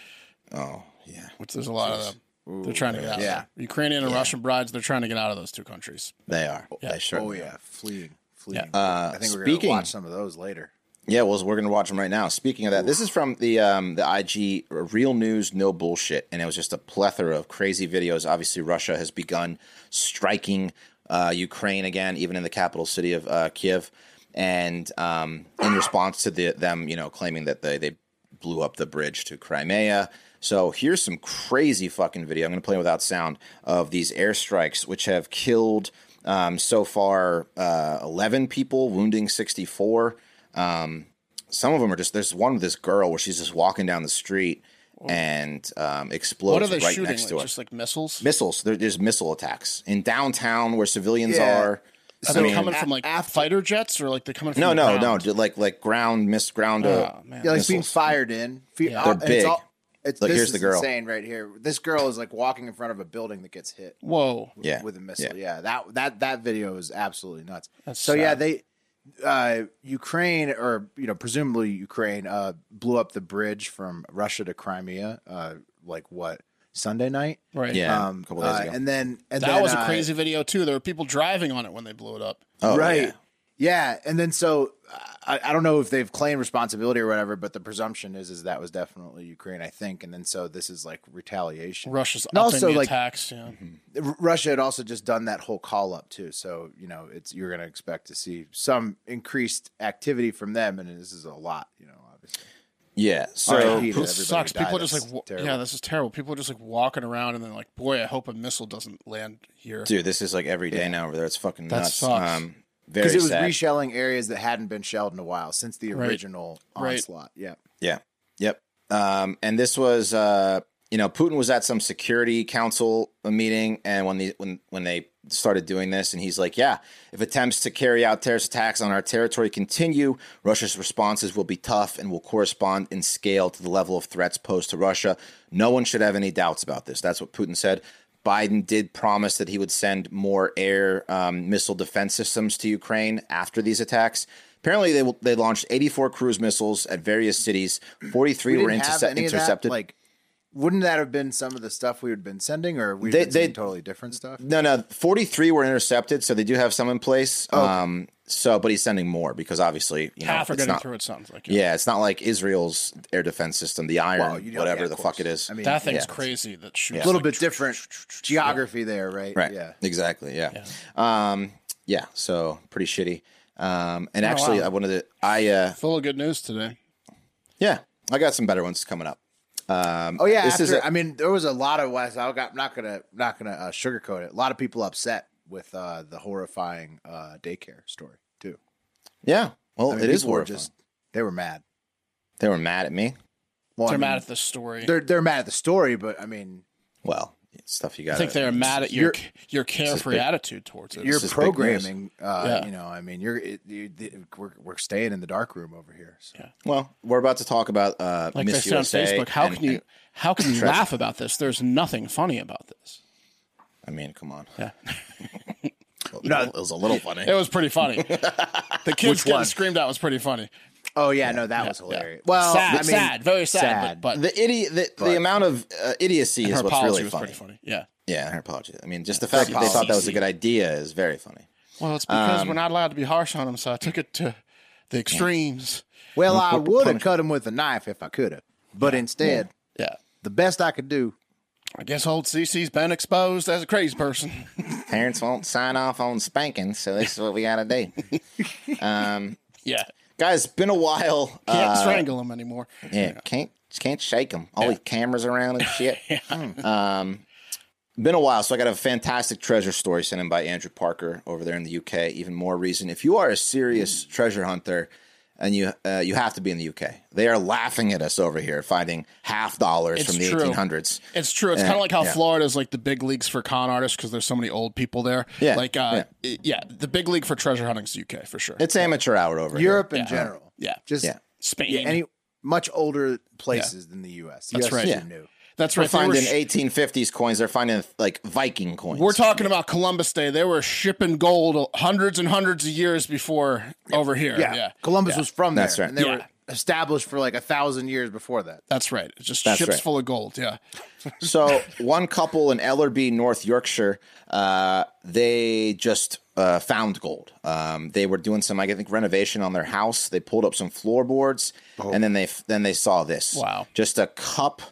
Speaker 3: Oh, Yeah.
Speaker 2: which there's a lot of them. They're trying to get out.
Speaker 1: yeah.
Speaker 2: Of there. Ukrainian and Russian brides, they're trying to get out of those two countries.
Speaker 3: They are. They sure.
Speaker 1: Oh yeah, fleeing, fleeing. I think we're gonna
Speaker 3: speaking-
Speaker 1: watch some of those later.
Speaker 3: Yeah, well, we're going to watch them right now. Speaking of that, this is from the um, the IG Real News No Bullshit, and it was just a plethora of crazy videos. Obviously, Russia has begun striking uh, Ukraine again, even in the capital city of uh, Kiev, and um, in response to the, them, you know, claiming that they they blew up the bridge to Crimea. So here's some crazy fucking video. I'm going to play without sound of these airstrikes, which have killed um, so far uh, 11 people, wounding 64. Um, some of them are just there's one with this girl where she's just walking down the street and um, explodes
Speaker 2: What are they
Speaker 3: right
Speaker 2: shooting?
Speaker 3: next to
Speaker 2: like,
Speaker 3: her.
Speaker 2: just like missiles?
Speaker 3: missiles. There, there's missile attacks in downtown where civilians
Speaker 1: Yeah.
Speaker 3: are.
Speaker 2: Are
Speaker 3: I
Speaker 2: they
Speaker 3: mean-
Speaker 2: coming from like fighter jets or like they're coming from
Speaker 3: no,
Speaker 2: the
Speaker 3: no,
Speaker 2: ground?
Speaker 3: no, ju- like like ground miss ground. uh,
Speaker 2: Oh man.
Speaker 1: Yeah, like being
Speaker 3: Missiles.
Speaker 1: fired in. Fe-
Speaker 2: Yeah.
Speaker 1: uh,
Speaker 3: They're
Speaker 1: and
Speaker 3: big.
Speaker 1: It's all, it's,
Speaker 3: Look,
Speaker 1: this
Speaker 3: here's
Speaker 1: is
Speaker 3: the girl.
Speaker 1: insane right here. This girl is like walking in front of a building that gets hit
Speaker 2: Whoa.
Speaker 3: yeah,
Speaker 1: with a missile.
Speaker 3: Yeah.
Speaker 1: Yeah. that that that video is absolutely nuts.
Speaker 2: That's
Speaker 1: so yeah,
Speaker 2: sad.
Speaker 1: they uh Ukraine or you know presumably Ukraine uh blew up the bridge from Russia to Crimea uh like what Sunday night.
Speaker 2: Right.
Speaker 3: Yeah,
Speaker 1: Um,
Speaker 3: a couple days
Speaker 1: uh,
Speaker 3: ago.
Speaker 1: and then and
Speaker 2: That
Speaker 1: then,
Speaker 2: was a
Speaker 1: uh,
Speaker 2: crazy video too. There were people driving on it when they blew it up.
Speaker 3: Oh,
Speaker 1: right.
Speaker 3: yeah.
Speaker 1: Yeah. and then so I, I don't know if they've claimed responsibility or whatever, but the presumption is is that was definitely Ukraine, I think, and then so this is like retaliation.
Speaker 2: Russia's
Speaker 1: and also
Speaker 2: upping the
Speaker 1: like Mhm.
Speaker 2: attacks. Yeah.
Speaker 1: R- Russia had also just done that whole call up too, so you know it's you're going to expect to see some increased activity from them, and this is a lot, you know, obviously.
Speaker 3: Yeah. So
Speaker 1: RIP to
Speaker 3: who-
Speaker 1: everybody
Speaker 2: sucks.
Speaker 1: who died.
Speaker 2: People are just
Speaker 1: That's
Speaker 2: like, wa-
Speaker 1: terrible.
Speaker 2: yeah, this is terrible. People are just like walking around and then like, boy, I hope a missile doesn't land here.
Speaker 3: dude, this is like every day now over there. It's fucking
Speaker 2: That
Speaker 3: nuts. Um,
Speaker 2: sucks.
Speaker 3: very
Speaker 1: because it was
Speaker 3: sad.
Speaker 1: reshelling areas that hadn't been shelled in a while since the
Speaker 2: Right.
Speaker 1: original
Speaker 2: Right.
Speaker 1: onslaught. Yeah,
Speaker 3: Yeah. Yep. Um, and this was, uh, you know, Putin was at some security council uh, meeting, and when the when when they started doing this, and he's like, "Yeah, if attempts to carry out terrorist attacks on our territory continue, Russia's responses will be tough and will correspond in scale to the level of threats posed to Russia. No one should have any doubts about this." That's what Putin said. Biden did promise that he would send more air um, missile defense systems to Ukraine after these attacks. Apparently, they they launched 84 cruise missiles at various cities. 43
Speaker 1: we
Speaker 3: were
Speaker 1: didn't have
Speaker 3: intercep-
Speaker 1: any of that.
Speaker 3: intercepted.
Speaker 1: Like, wouldn't that have been some of the stuff we had been sending, or we
Speaker 3: They-
Speaker 1: been sending
Speaker 3: they-
Speaker 1: totally different stuff?
Speaker 3: no, no, 43 were intercepted, so they do have some in place.
Speaker 1: Oh.
Speaker 3: Um, so, but he's sending more because obviously, you know,
Speaker 2: Half are
Speaker 3: it's
Speaker 2: getting
Speaker 3: not.
Speaker 2: through. It sounds like
Speaker 3: Yeah, it's not like Israel's air defense system, the Iron,
Speaker 1: Well, you know,
Speaker 3: whatever
Speaker 1: yeah, of
Speaker 3: the fuck
Speaker 1: course.
Speaker 3: it is.
Speaker 1: I mean,
Speaker 2: That thing's
Speaker 3: Yeah.
Speaker 2: crazy. That shoots
Speaker 1: a little
Speaker 2: like-
Speaker 1: bit different geography there, right?
Speaker 3: Right.
Speaker 1: Yeah.
Speaker 3: Exactly. Yeah. Um. Yeah. So pretty shitty. Um.
Speaker 1: Oh,
Speaker 3: And actually,
Speaker 2: wow.
Speaker 3: I wanted to. I. Uh,
Speaker 2: Full of good news today.
Speaker 3: yeah. I got some better ones coming up. Um,
Speaker 1: Oh yeah.
Speaker 3: This
Speaker 1: after,
Speaker 3: is a-
Speaker 1: I mean, there was a lot of West. I got, I'm not gonna not gonna uh, sugarcoat it. A lot of people upset with uh, the horrifying uh, daycare story too.
Speaker 3: Yeah. Well,
Speaker 1: I mean,
Speaker 3: it is
Speaker 1: people were
Speaker 3: horrifying.
Speaker 1: they were mad.
Speaker 3: They were mad at me.
Speaker 1: Well, Oh,
Speaker 2: They're
Speaker 1: I mean,
Speaker 2: mad at this story.
Speaker 1: They're they're mad at the story, but I mean,
Speaker 3: Well, it's stuff you got.
Speaker 2: I think they're mad at your your carefree
Speaker 3: big-
Speaker 2: attitude towards it.
Speaker 1: your
Speaker 3: is big news.
Speaker 1: programming. Uh,
Speaker 2: Yeah.
Speaker 1: You know, I mean, you're it, you, the, we're we're staying in the dark room over here. So.
Speaker 3: Well, we're about to talk about uh,
Speaker 2: like
Speaker 3: Miss
Speaker 2: they said on
Speaker 3: USA.
Speaker 2: Facebook, how
Speaker 3: and-
Speaker 2: can you
Speaker 3: and-
Speaker 2: how can you laugh about this? There's nothing funny about this.
Speaker 3: I mean, come on. (laughs)
Speaker 2: Yeah.
Speaker 3: no, it was a little funny.
Speaker 2: It was
Speaker 1: (laughs)
Speaker 2: pretty funny. the kids getting screamed at was pretty funny.
Speaker 1: Oh yeah, no, that was hilarious. Well,
Speaker 2: sad,
Speaker 1: I mean,
Speaker 2: sad, very sad, but, but
Speaker 3: the idiot, the, the amount of uh, idiocy
Speaker 2: her
Speaker 3: is what's
Speaker 2: apology
Speaker 3: really
Speaker 2: was
Speaker 3: funny.
Speaker 2: pretty funny. Yeah.
Speaker 3: Yeah, her apology. I mean, just the fact that they
Speaker 2: apology.
Speaker 3: thought that was a good idea is very funny.
Speaker 2: Well, it's because we're not allowed to be harsh on him, so I took it to the extremes.
Speaker 1: Well, I would have cut him with a knife if I could have, but instead,
Speaker 2: Yeah.
Speaker 1: the best I could do.
Speaker 2: I guess old CC's been exposed as a crazy person.
Speaker 3: Parents won't sign off on spanking, so this is what we gotta
Speaker 2: (laughs)
Speaker 3: do.
Speaker 2: (laughs) yeah.
Speaker 3: Guys, been a while.
Speaker 2: Can't
Speaker 3: Uh,
Speaker 2: strangle him anymore.
Speaker 3: Yeah, can't can't shake them. All these cameras around and
Speaker 2: (laughs)
Speaker 3: shit. Hmm. Um, been a while, so I got a fantastic treasure story sent in by Andrew Parker over there in the UK. Even more reason if you are a serious
Speaker 2: Mm.
Speaker 3: treasure hunter, and you uh, you have to be in the UK. They are laughing at us over here finding half dollars
Speaker 2: It's
Speaker 3: from the
Speaker 2: true.
Speaker 3: eighteen hundreds.
Speaker 2: It's true. It's
Speaker 3: Yeah,
Speaker 2: kind of like how
Speaker 3: yeah.
Speaker 2: Florida's like the big leagues for con artists because there's so many old people there.
Speaker 3: Yeah,
Speaker 2: Like, uh, yeah. yeah, the big league for treasure hunting's UK for sure.
Speaker 3: It's amateur hour over here.
Speaker 1: Europe in general,
Speaker 2: yeah.
Speaker 1: just
Speaker 3: Yeah.
Speaker 2: Spain.
Speaker 1: yeah, any much older places than the U.S.
Speaker 2: That's
Speaker 1: US
Speaker 2: right.
Speaker 1: is
Speaker 2: Yeah.
Speaker 1: new.
Speaker 2: That's
Speaker 3: They're
Speaker 2: right. They were
Speaker 3: finding
Speaker 2: sh-
Speaker 3: eighteen fifties coins. They're finding like Viking coins.
Speaker 2: We're talking about Columbus Day. They were shipping gold hundreds and hundreds of years before over here.
Speaker 1: Yeah,
Speaker 2: Yeah.
Speaker 1: Columbus was from there,
Speaker 3: That's right.
Speaker 1: and they
Speaker 2: Yeah.
Speaker 1: were established for like a thousand years before that.
Speaker 2: That's right. It's just
Speaker 3: That's
Speaker 2: ships
Speaker 3: right.
Speaker 2: full of gold. Yeah.
Speaker 3: So one couple in Ellerby, North Yorkshire, uh, they just uh, found gold. Um, they were doing some, I think, renovation on their house. They pulled up some floorboards, and then they then they saw this.
Speaker 2: Wow.
Speaker 3: Just a cup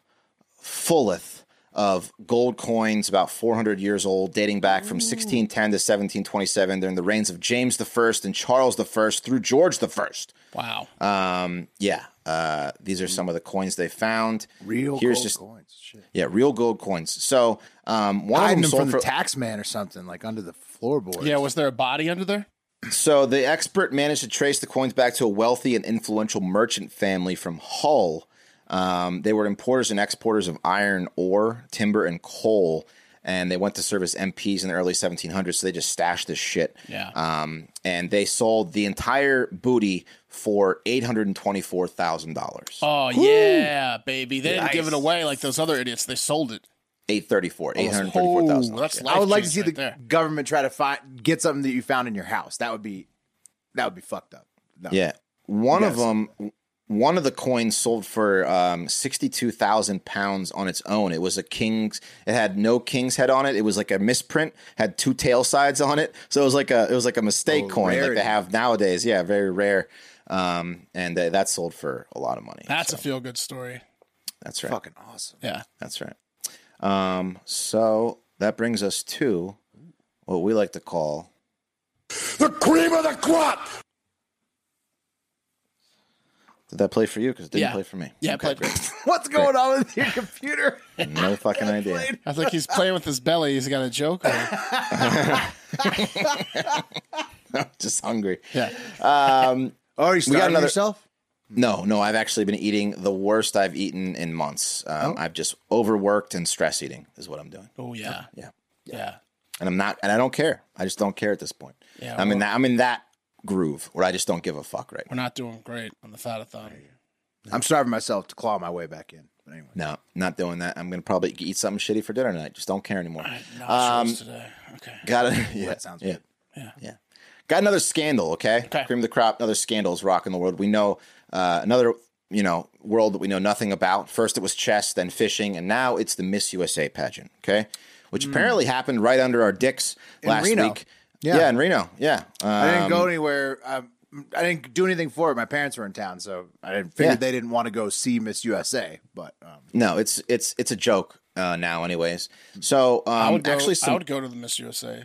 Speaker 3: fulleth of gold coins, about 400 years old, dating back from 1610 to 1727 during the reigns of James I and Charles I through George I.
Speaker 2: Wow.
Speaker 3: Um, yeah, uh, these are some of the coins they found.
Speaker 1: Real
Speaker 3: Here's
Speaker 1: gold
Speaker 3: just
Speaker 1: coins, shit.
Speaker 3: yeah, real gold coins. So um, one
Speaker 1: hiding them
Speaker 3: of them
Speaker 1: from
Speaker 3: sold
Speaker 1: the
Speaker 3: for.
Speaker 1: tax man or something, like under the floorboard.
Speaker 2: Yeah. Was there a body under there?
Speaker 3: so the expert managed to trace the coins back to a wealthy and influential merchant family from Hull. Um, they were importers and exporters of iron ore, timber, and coal, and they went to serve as MPs in the early 1700s. So they just stashed this shit.
Speaker 2: Yeah.
Speaker 3: Um, and they sold the entire booty for eight hundred and twenty-four thousand dollars.
Speaker 2: Oh yeah, baby. They didn't give it away like those other idiots. They sold it.
Speaker 3: Eight thirty-four. Eight hundred thirty-four thousand.
Speaker 2: Oh, that's
Speaker 1: I would like to see
Speaker 2: life-changing
Speaker 1: the
Speaker 2: right there.
Speaker 1: government try to find get something that you found in your house. That would be that would be fucked up. No.
Speaker 3: Yeah. One of
Speaker 1: gotta say
Speaker 3: them, one of the coins sold for um, 62,000 pounds on its own. It was a king's, it had no king's head on it. It was like a misprint, had two tail sides on it. So it was like a, it was like a mistake
Speaker 1: Oh,
Speaker 3: coin like
Speaker 1: rarity.
Speaker 3: they have nowadays. Yeah. Very rare. Um, and uh, that sold for a lot of money.
Speaker 2: That's a feel good story.
Speaker 3: That's right.
Speaker 1: Fucking awesome.
Speaker 2: Yeah.
Speaker 3: That's right. Um, so that brings us to what we like to call
Speaker 4: The cream of the crop!
Speaker 3: did that play for you? Because it didn't
Speaker 2: Yeah.
Speaker 3: play for me.
Speaker 2: Yeah. played great.
Speaker 1: What's going on with
Speaker 3: (laughs)
Speaker 1: your computer? (laughs)
Speaker 3: No fucking idea.
Speaker 2: I think he's playing with his belly. He's got a joke. Or...
Speaker 3: Just hungry. Um,
Speaker 2: Yeah.
Speaker 3: (laughs)
Speaker 1: Oh, you (laughs) starving
Speaker 3: another-
Speaker 1: yourself?
Speaker 3: No, no, I've actually been eating the worst I've eaten in months.
Speaker 1: Oh.
Speaker 3: Um, I've just overworked and stress eating is what I'm doing,
Speaker 2: Oh yeah. Yeah. Yeah.
Speaker 3: and I'm not, and I don't care. I just don't care at this point.
Speaker 2: Yeah,
Speaker 3: I'm in that. I'm in that groove where I just don't give a fuck right
Speaker 2: We're
Speaker 3: now.
Speaker 2: not doing great on the thon.
Speaker 1: I'm starving myself to claw my way back in. But anyway.
Speaker 3: No, not doing that. I'm gonna probably eat something shitty for dinner tonight. Just don't care anymore.
Speaker 2: Not
Speaker 3: Um,
Speaker 2: today. Okay.
Speaker 3: Got it. (laughs) Yeah,
Speaker 1: that sounds
Speaker 3: yeah.
Speaker 1: good.
Speaker 3: Yeah. Got another scandal, okay?
Speaker 2: Okay.
Speaker 3: Cream of the crop, another scandals rocking the world. We know uh, another, you know, world that we know nothing about. First it was chess, then fishing, and now it's the Miss USA pageant, okay?
Speaker 2: Mm.
Speaker 3: Which apparently happened right under our dicks last
Speaker 1: Reno.
Speaker 3: week.
Speaker 1: Yeah.
Speaker 3: Yeah. in Reno. Yeah.
Speaker 1: I
Speaker 3: Um,
Speaker 1: didn't go anywhere. Um, I didn't do anything for it. My parents were in town, so I didn't figured
Speaker 3: Yeah.
Speaker 1: they didn't want to go see Miss USA. But um,
Speaker 3: no, it's it's it's a joke uh, now anyways. So, um
Speaker 2: I would go,
Speaker 3: actually some
Speaker 2: I would go to the Miss USA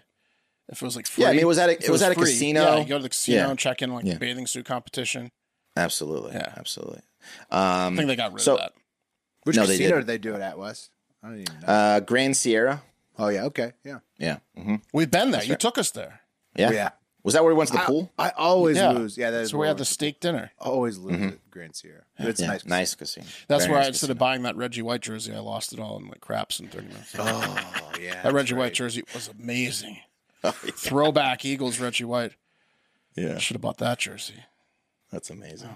Speaker 2: if it was like free.
Speaker 3: Yeah, I mean, it was at a-
Speaker 2: If
Speaker 3: it was at a
Speaker 2: free,
Speaker 3: casino.
Speaker 2: Yeah, you go to the casino
Speaker 3: Yeah.
Speaker 2: and check in like
Speaker 3: Yeah.
Speaker 2: bathing suit competition.
Speaker 3: Absolutely.
Speaker 2: Yeah.
Speaker 3: Absolutely.
Speaker 2: I
Speaker 3: Um
Speaker 2: think they got rid
Speaker 3: So-
Speaker 2: of that.
Speaker 1: which
Speaker 3: No, they
Speaker 1: casino
Speaker 3: didn't.
Speaker 1: did they do it at, Wes? I don't even know.
Speaker 3: uh Grand Sierra.
Speaker 1: oh yeah, okay, yeah,
Speaker 3: Yeah. hmm
Speaker 2: We've been there. You took us there. Oh,
Speaker 3: Yeah.
Speaker 1: yeah.
Speaker 3: Was that where we went to the
Speaker 1: I-
Speaker 3: pool?
Speaker 1: I, always
Speaker 2: Yeah.
Speaker 1: lose. Yeah, that's
Speaker 2: So we had the steak dinner.
Speaker 1: always lose at Grand Sierra. But it's
Speaker 3: Mm-hmm. Yeah,
Speaker 1: nice.
Speaker 3: nice casino.
Speaker 2: That's
Speaker 3: Very
Speaker 2: where
Speaker 3: nice
Speaker 2: I, instead of buying that Reggie White jersey, I lost it all in like craps in 30 minutes. that
Speaker 1: Oh yeah.
Speaker 2: Reggie White jersey was amazing.
Speaker 3: (laughs)
Speaker 2: Throwback Eagles Reggie White.
Speaker 3: Oh, Yeah.
Speaker 2: Should have bought that jersey.
Speaker 3: That's amazing.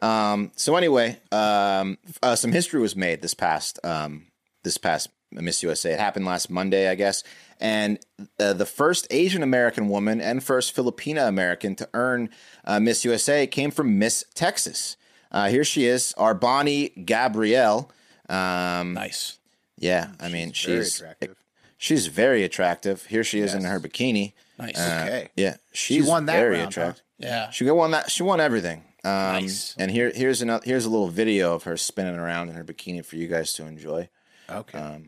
Speaker 3: Um, so anyway, um, uh, some history was made this past um, this past Miss USA. It happened last Monday, I guess, and uh, the first Asian American woman and first Filipina American to earn uh, Miss USA came from Miss Texas. Uh, here she is, Arbani Gabrielle. Um,
Speaker 2: Nice.
Speaker 3: yeah, I mean
Speaker 1: Very
Speaker 3: she's
Speaker 1: attractive.
Speaker 3: She's very attractive. Here she is in her bikini. Uh,
Speaker 2: Nice.
Speaker 1: Okay.
Speaker 3: Yeah, she's
Speaker 1: won that
Speaker 3: very
Speaker 1: round,
Speaker 3: attractive.
Speaker 2: Yeah.
Speaker 3: She won that. She won everything. Um,
Speaker 2: Nice.
Speaker 3: And here, here's another. Here's a little video of her spinning around in her bikini for you guys to enjoy. Um,
Speaker 1: Okay.
Speaker 3: uh,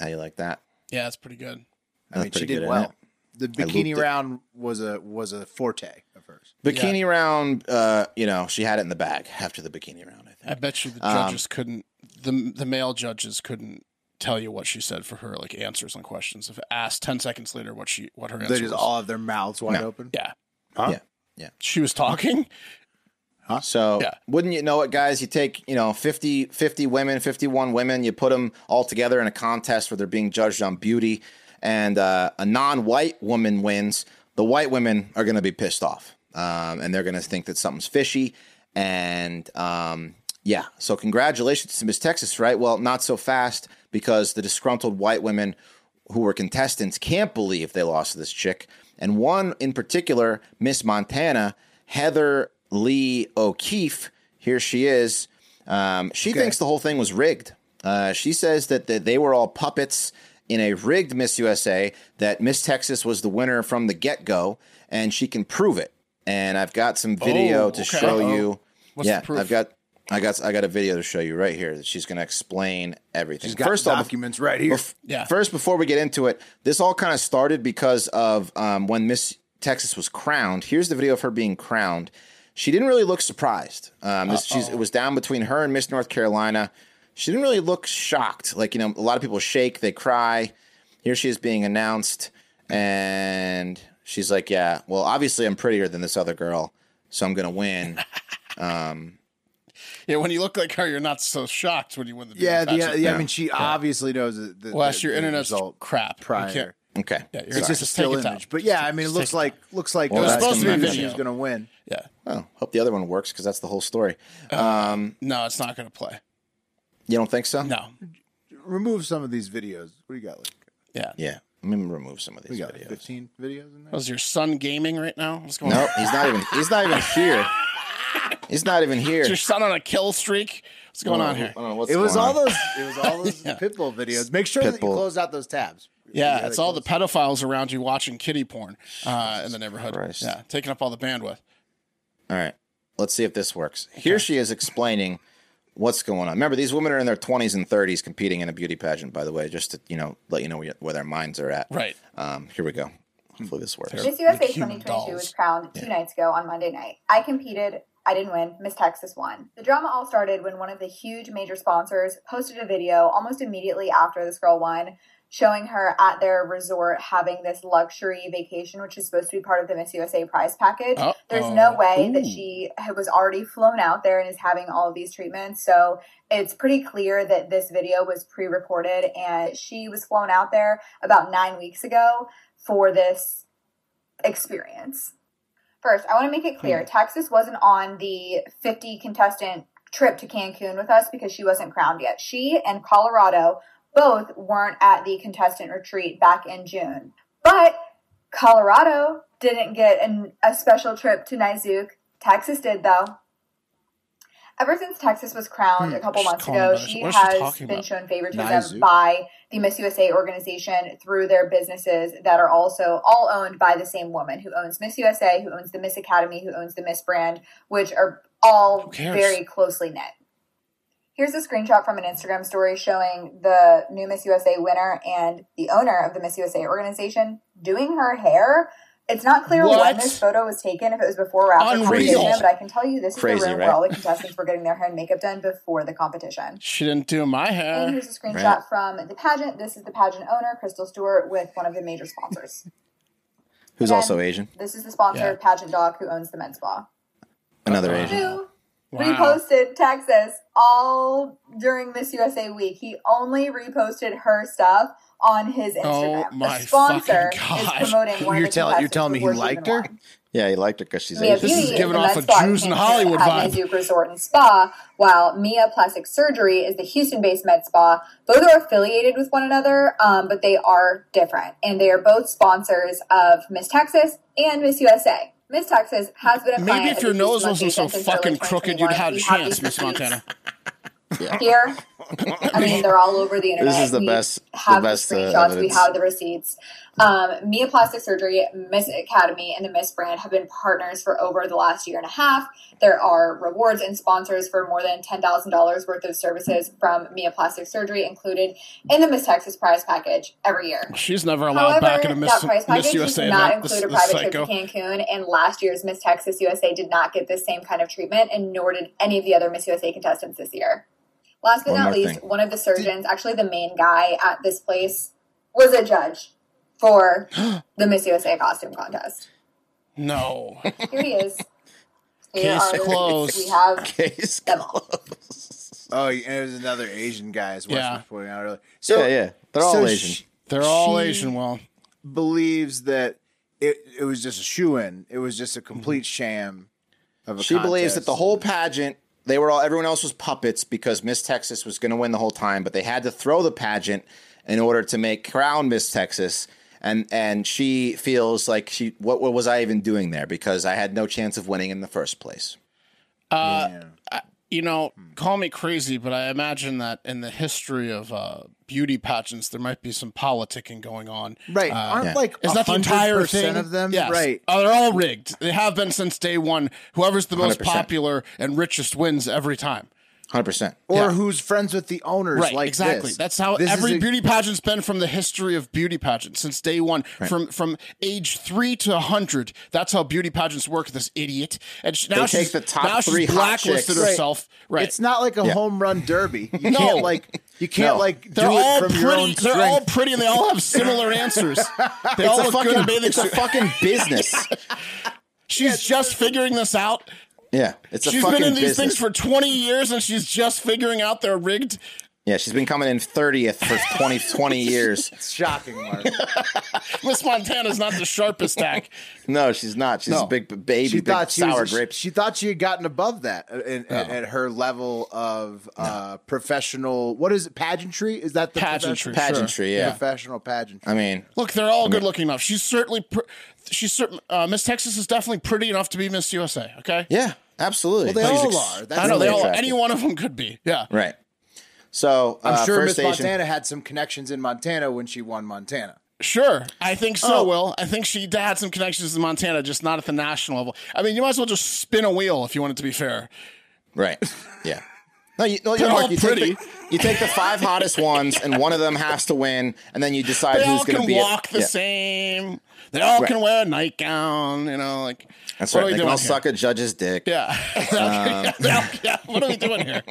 Speaker 3: How you like that?
Speaker 2: Yeah, that's pretty good.
Speaker 1: I mean,
Speaker 3: That's
Speaker 1: she
Speaker 3: pretty good,
Speaker 1: did
Speaker 3: isn't
Speaker 1: well. The
Speaker 3: looped
Speaker 1: bikini
Speaker 3: it.
Speaker 1: round was a was a forte of hers.
Speaker 3: it? Bikini round. Uh, you know, she had it in the bag after the bikini round. I
Speaker 2: I
Speaker 3: think.
Speaker 2: bet you the judges couldn't the the male judges couldn't tell you what she said for her like answers on questions. If asked ten seconds later what she what her answer
Speaker 1: They just
Speaker 2: was.
Speaker 1: all have their mouths wide
Speaker 3: No.
Speaker 1: open.
Speaker 2: yeah.
Speaker 3: Yeah.
Speaker 2: She was talking.
Speaker 3: So
Speaker 2: Yeah.
Speaker 3: wouldn't you know it, guys? You take you know 50, 50 women, fifty one women. You put them all together in a contest where they're being judged on beauty, and uh, a non white woman wins. The white women are going to be pissed off, um, and they're going to think that something's fishy. And um, yeah, so congratulations to Miss Texas, right? Well, not so fast because the disgruntled white women who were contestants can't believe they lost to this chick. And one in particular, Miss Montana, Heather Lee O'Keefe. Here she is. Um, she thinks the whole thing was rigged. Uh, she says that, that they were all puppets in a rigged Miss USA, that Miss Texas was the winner from the get go, and she can prove it. And I've got some video
Speaker 2: Oh,
Speaker 3: to
Speaker 2: okay.
Speaker 3: show
Speaker 2: Uh-oh.
Speaker 3: you.
Speaker 2: What's
Speaker 3: yeah,
Speaker 2: the proof?
Speaker 3: I've got. I got I got a video to show you right here that she's going to explain everything.
Speaker 1: She's got
Speaker 3: First off,
Speaker 1: documents right here.
Speaker 3: Bef-
Speaker 2: Yeah.
Speaker 3: First, before we get into it, this all kind of started because of um, when Miss Texas was crowned. Here's the video of her being crowned. She didn't really look surprised. Um, this, she's, it was down between her and Miss North Carolina. She didn't really look shocked. Like you know, a lot of people shake, they cry. Here she is being announced, and she's like, "Yeah, well, obviously I'm prettier than this other girl, so I'm gonna win."
Speaker 2: (laughs) Yeah, when you look like her, you're not so shocked when you win the
Speaker 1: Yeah, the, uh,
Speaker 2: beauty
Speaker 1: yeah,
Speaker 2: pageant.
Speaker 1: I mean, she obviously knows that. the-
Speaker 2: Well, that's
Speaker 1: the-
Speaker 2: your
Speaker 1: the
Speaker 2: internet's
Speaker 1: result
Speaker 2: crap. You
Speaker 1: prior.
Speaker 2: can't-
Speaker 3: Okay,
Speaker 2: Yeah, you're
Speaker 3: Sorry.
Speaker 1: It's just a
Speaker 2: Just take
Speaker 1: still
Speaker 2: it down.
Speaker 1: image, but yeah, I mean, it
Speaker 2: Just
Speaker 1: looks
Speaker 2: take it
Speaker 1: like looks like
Speaker 3: Well,
Speaker 2: It was
Speaker 1: that's
Speaker 2: supposed to be a
Speaker 1: convinced
Speaker 2: video.
Speaker 1: She's gonna win.
Speaker 2: yeah.
Speaker 3: well, oh, hope the other one works because that's the whole story.
Speaker 2: No, it's not going to play.
Speaker 3: You don't think so?
Speaker 2: No.
Speaker 1: Mm-hmm. Remove some of these videos. What do you got? Like
Speaker 2: Yeah.
Speaker 3: Yeah, let me remove some of
Speaker 1: we
Speaker 3: these
Speaker 1: got like
Speaker 3: videos.
Speaker 1: fifteen videos in there.
Speaker 2: Was your son gaming right now? What's going on?
Speaker 3: Nope, he's not even. He's not even here. He's not even here.
Speaker 2: Is your son on a kill streak? What's going
Speaker 1: Oh,
Speaker 2: on here?
Speaker 3: I don't know what's
Speaker 1: It was
Speaker 3: going
Speaker 1: all
Speaker 3: on.
Speaker 1: those. It was all those Pitbull videos. Make sure that you
Speaker 3: Pitbull.
Speaker 1: close out those tabs.
Speaker 2: Yeah, it's all the pedophiles around you watching kitty porn uh, in the neighborhood.
Speaker 3: Christ.
Speaker 2: Yeah, taking up all the bandwidth.
Speaker 3: All right, let's see if this works. Here she is explaining what's going on. Remember, these women are in their twenties and thirties competing in a beauty pageant. By the way, just to you know, let you know where, where their minds are at.
Speaker 2: Right.
Speaker 3: Um, here we go. Hopefully this works.
Speaker 2: Terrible.
Speaker 6: Miss USA
Speaker 2: human
Speaker 6: 2022
Speaker 2: dolls.
Speaker 6: was crowned two nights ago on Monday night. I competed. I didn't win. Miss Texas won. The drama all started when one of the huge major sponsors posted a video almost immediately after this girl won, showing her at their resort having this luxury vacation, which is supposed to be part of the Miss USA prize package.
Speaker 2: Uh-oh.
Speaker 6: There's no way that
Speaker 2: Ooh.
Speaker 6: she had- was already flown out there and is having all of these treatments. So it's pretty clear that this video was pre recorded and she was flown out there about nine weeks ago for this experience. First, I want to make it clear Texas wasn't on the 50 contestant trip to Cancun with us because she wasn't crowned yet. She and Colorado both weren't at the contestant retreat back in June. But Colorado didn't get an, a special trip to Nizook. Texas did, though. Ever since Texas was crowned a couple
Speaker 2: Hmm, she's
Speaker 6: months
Speaker 2: calling
Speaker 6: ago,
Speaker 2: about it.
Speaker 6: she
Speaker 2: What is she
Speaker 6: has
Speaker 2: talking
Speaker 6: been
Speaker 2: about?
Speaker 6: shown favoritism
Speaker 1: Nizook?
Speaker 6: by the Miss USA organization through their businesses that are also all owned by the same woman who owns Miss USA, who owns the Miss Academy, who owns the Miss Brand, which are all
Speaker 2: cares?
Speaker 6: very closely knit. Here's a screenshot from an Instagram story showing the new Miss USA winner and the owner of the Miss USA organization doing her hair. It's not clear
Speaker 2: What?
Speaker 6: when this photo was taken, if it was before or after
Speaker 2: Unreal.
Speaker 6: competition, but I can tell you this is
Speaker 3: Crazy,
Speaker 6: the room
Speaker 3: right?
Speaker 6: where all the contestants were getting their hair and makeup done before the competition.
Speaker 2: She didn't do my
Speaker 6: And
Speaker 1: Uh,
Speaker 2: hair.
Speaker 6: here's a screenshot
Speaker 3: Right.
Speaker 6: from the pageant. This is the pageant owner, Crystal Stewart, with one of the
Speaker 1: (laughs)
Speaker 6: major sponsors.
Speaker 3: Who's
Speaker 6: And
Speaker 3: also Asian?
Speaker 6: This is the sponsor of
Speaker 2: Yeah.
Speaker 6: Pageant Dog, who owns the men's spa.
Speaker 3: Another Asian.
Speaker 6: Who
Speaker 2: Wow.
Speaker 6: reposted Texas all during Miss USA week. He only reposted her stuff on his Instagram.
Speaker 2: Oh my
Speaker 6: the sponsor
Speaker 2: fucking
Speaker 6: is
Speaker 1: (laughs)
Speaker 2: God.
Speaker 6: promoting one
Speaker 1: You're
Speaker 6: of the
Speaker 1: tell- you're
Speaker 6: contestants
Speaker 1: telling me he
Speaker 6: before she
Speaker 1: liked
Speaker 6: even
Speaker 1: her?
Speaker 6: won.
Speaker 3: Yeah, he liked her because she's
Speaker 6: Mia
Speaker 3: Asian. (laughs)
Speaker 2: This is
Speaker 6: Beauty
Speaker 2: giving
Speaker 6: the
Speaker 2: off
Speaker 6: med
Speaker 2: a
Speaker 6: spa
Speaker 2: Jews in
Speaker 6: Cancun
Speaker 2: Hollywood
Speaker 6: at
Speaker 2: vibe.
Speaker 6: Mizzou Resort and Spa, while Mia Plastic Surgery is the Houston-based med spa. Both are affiliated with one another, um, but they are different, and they are both sponsors of Miss Texas and Miss USA. Miss Texas has been a
Speaker 2: Maybe
Speaker 6: client
Speaker 2: if
Speaker 6: of
Speaker 2: your
Speaker 6: the
Speaker 2: nose
Speaker 6: Houston
Speaker 2: wasn't so
Speaker 6: Location since early
Speaker 2: fucking crooked, you'd
Speaker 6: 2021.
Speaker 2: have a
Speaker 6: We these
Speaker 2: chance, Miss
Speaker 6: receipts
Speaker 2: Montana.
Speaker 6: (laughs) Here I mean, they're all over the internet.
Speaker 3: This is the
Speaker 6: We
Speaker 3: best- the
Speaker 6: Have
Speaker 3: best, uh,
Speaker 6: the screenshots. we
Speaker 3: evidence.
Speaker 6: have the receipts. Um, Mia Plastic Surgery, Miss Academy, and the Miss Brand have been partners for over the last year and a half. There are rewards and sponsors for more than ten thousand dollars worth of services from Mia Plastic Surgery included in the Miss Texas Prize package every year.
Speaker 2: She's never allowed back in a Miss,
Speaker 6: that price package
Speaker 2: Miss USA
Speaker 6: did not
Speaker 2: event.
Speaker 6: include
Speaker 2: This,
Speaker 6: a
Speaker 2: this
Speaker 6: private trip to
Speaker 2: psycho.
Speaker 6: Cancun, and last year's Miss Texas USA did not get this same kind of treatment, and nor did any of the other Miss USA contestants this year. Last but
Speaker 3: One
Speaker 6: not
Speaker 3: more
Speaker 6: least,
Speaker 3: thing.
Speaker 6: one of the surgeons, actually the main guy at this place, was a judge
Speaker 3: (gasps)
Speaker 6: for the Miss USA costume contest.
Speaker 2: No.
Speaker 1: (laughs)
Speaker 6: Here
Speaker 3: (laughs)
Speaker 6: he is. Here
Speaker 2: Case
Speaker 6: are-
Speaker 2: closed.
Speaker 6: We have
Speaker 3: Case.
Speaker 6: them all.
Speaker 1: Oh, and there's another Asian guy as well.
Speaker 2: Yeah.
Speaker 1: Yeah. Pointing out earlier. So,
Speaker 3: Yeah, yeah. They're all
Speaker 1: so
Speaker 3: Asian.
Speaker 1: she
Speaker 2: They're all
Speaker 1: She-
Speaker 2: Asian. Well,
Speaker 1: believes that it, it was just a shoe in. It was
Speaker 2: Mm-hmm.
Speaker 1: just a complete sham of a
Speaker 3: She believes that
Speaker 1: contest.
Speaker 3: the whole pageant, they were all everyone else was puppets because Miss Texas was going to win the whole time, but they had to throw the pageant in order to make crown Miss Texas. And and she feels like she what, what was I even doing there because I had no chance of winning in the first place.
Speaker 2: uh, I- you know,
Speaker 1: Hmm.
Speaker 2: call me crazy, but I imagine that in the history of uh, beauty pageants, there might be some politicking going on.
Speaker 1: Right.
Speaker 2: Uh,
Speaker 1: Aren't
Speaker 3: yeah.
Speaker 1: like
Speaker 2: is that the entire
Speaker 1: 100%
Speaker 2: thing
Speaker 1: of them?
Speaker 2: Yes.
Speaker 1: Right.
Speaker 2: Uh, they're all rigged. They have been since day one. Whoever's the most
Speaker 3: 100%.
Speaker 2: popular and richest wins every time.
Speaker 3: Hundred percent.
Speaker 1: or
Speaker 2: yeah.
Speaker 1: who's friends with the owners
Speaker 2: Right,
Speaker 1: like
Speaker 2: exactly.
Speaker 1: this.
Speaker 2: That's how
Speaker 1: This is
Speaker 2: every
Speaker 1: a-
Speaker 2: beauty pageant's been from the history of beauty pageants since day one, from from age three to hundred. That's how beauty pageants work. This idiot, and she, now
Speaker 3: They take
Speaker 2: she's
Speaker 3: the top
Speaker 2: now she's
Speaker 3: three hot
Speaker 2: blacklisted
Speaker 3: chicks. Right.
Speaker 2: herself. Right,
Speaker 1: It's not like a home run derby.
Speaker 2: (laughs)
Speaker 1: You can't like you can't
Speaker 3: No.
Speaker 1: like
Speaker 2: They're
Speaker 1: do
Speaker 2: all
Speaker 1: it from your
Speaker 2: pretty.
Speaker 1: own
Speaker 2: They're all
Speaker 1: strength.
Speaker 2: pretty, and they all have similar
Speaker 3: (laughs)
Speaker 2: answers. They all
Speaker 3: It's a
Speaker 2: look good in
Speaker 3: fucking
Speaker 2: bathing
Speaker 3: it's a
Speaker 2: suits.
Speaker 3: fucking
Speaker 2: (laughs)
Speaker 3: business.
Speaker 2: She's just figuring this out.
Speaker 3: Yeah, it's a
Speaker 2: She's
Speaker 3: fucking
Speaker 2: been in these things
Speaker 3: business.
Speaker 2: for 20 years, and she's just figuring out they're rigged.
Speaker 3: yeah, she's been coming in 30th for 20, 20 years.
Speaker 1: It's shocking,
Speaker 2: (laughs)
Speaker 1: Mark.
Speaker 2: Miss Montana's not the
Speaker 3: (laughs)
Speaker 2: sharpest tack.
Speaker 3: No, she's not. She's
Speaker 2: No.
Speaker 3: a big b- baby,
Speaker 1: she
Speaker 3: big
Speaker 1: thought she
Speaker 3: sour
Speaker 1: was, she-
Speaker 3: grapes.
Speaker 1: She thought she had gotten above that uh, in, at, at her level of uh, professional. What is it? Pageantry? Is that the
Speaker 2: Pageantry,
Speaker 1: profession-
Speaker 3: Pageantry, yeah.
Speaker 1: Professional pageantry.
Speaker 3: I mean,
Speaker 2: Look, they're all good looking enough. She's certainly, pr- she's certain. Uh, Miss Texas is definitely pretty enough to be Miss USA. Okay,
Speaker 3: yeah, absolutely.
Speaker 1: they
Speaker 3: She's
Speaker 1: all
Speaker 3: ex-
Speaker 1: are. That's
Speaker 2: I know they
Speaker 3: really
Speaker 2: all.
Speaker 3: attractive.
Speaker 2: Any one of them could be. Yeah,
Speaker 3: Right. So
Speaker 1: I'm
Speaker 3: uh,
Speaker 1: sure
Speaker 3: first
Speaker 1: Miss
Speaker 3: station.
Speaker 1: Montana had some connections in Montana when she won Montana.
Speaker 2: sure. I think so.
Speaker 3: Oh,
Speaker 2: Will I think she had some connections in Montana, just not at the national level. I mean, you might as well just spin a wheel if you want it to be fair.
Speaker 3: Right. Yeah. No, you,
Speaker 2: (laughs)
Speaker 3: no, you,
Speaker 2: They're
Speaker 3: Mark,
Speaker 2: all
Speaker 3: you, take
Speaker 2: pretty.
Speaker 3: the, you take
Speaker 2: (laughs)
Speaker 3: the five hottest ones, and one of them has to win, and then you decide
Speaker 2: They all
Speaker 3: who's going
Speaker 2: can
Speaker 3: to be. it.
Speaker 2: walk the
Speaker 3: Yeah,
Speaker 2: same. They all
Speaker 3: Right.
Speaker 2: can wear a nightgown. You know, like
Speaker 3: That's
Speaker 2: what
Speaker 3: right.
Speaker 2: Are we
Speaker 3: They can
Speaker 2: doing
Speaker 3: all
Speaker 2: here?
Speaker 3: suck Um, a judge's dick.
Speaker 2: (laughs) Yeah. (laughs) yeah. yeah. What are we doing
Speaker 3: (laughs)
Speaker 2: here?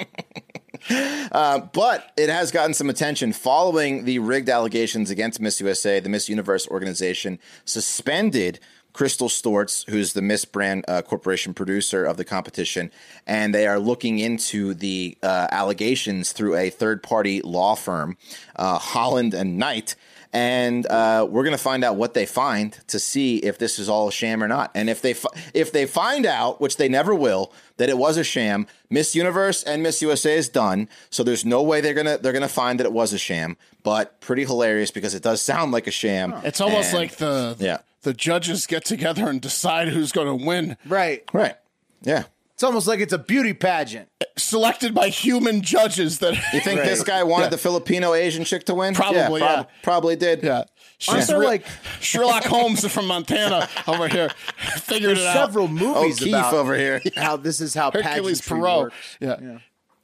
Speaker 3: Um, But it has gotten some attention following the rigged allegations against Miss USA. The Miss Universe organization suspended Crystal Stortz, who's the Miss Brand uh, Corporation producer of the competition, and they are looking into the uh, allegations through a third-party law firm, uh, Holland and Knight. And uh, we're going to find out what they find to see if this is all a sham or not. And if they fi- if they find out, which they never will, that it was a sham, Miss Universe and Miss USA is done. So there's no way they're gonna they're gonna find that it was a sham. But pretty hilarious because it does sound like a sham.
Speaker 2: It's almost
Speaker 3: And-
Speaker 2: like the
Speaker 3: Yeah.
Speaker 2: the judges get together and decide who's going to win,
Speaker 1: Right.
Speaker 3: right, yeah.
Speaker 1: It's almost like it's a beauty pageant.
Speaker 2: selected by human judges that
Speaker 3: (laughs) You think this guy wanted the Filipino Asian chick to win?
Speaker 2: Probably, yeah.
Speaker 3: probably
Speaker 2: (laughs)
Speaker 3: did.
Speaker 2: Yeah.
Speaker 1: Aren't
Speaker 2: She's
Speaker 1: there,
Speaker 2: real-
Speaker 1: like-
Speaker 2: Sherlock Holmes from Montana over
Speaker 3: (laughs)
Speaker 2: here (laughs) figured
Speaker 1: There's
Speaker 2: it out.
Speaker 1: several movies
Speaker 3: O'Keefe
Speaker 1: about
Speaker 3: Oh, over (laughs) here.
Speaker 1: how this is how
Speaker 2: Hercules
Speaker 1: pageantry
Speaker 2: Perot.
Speaker 1: works.
Speaker 2: Yeah.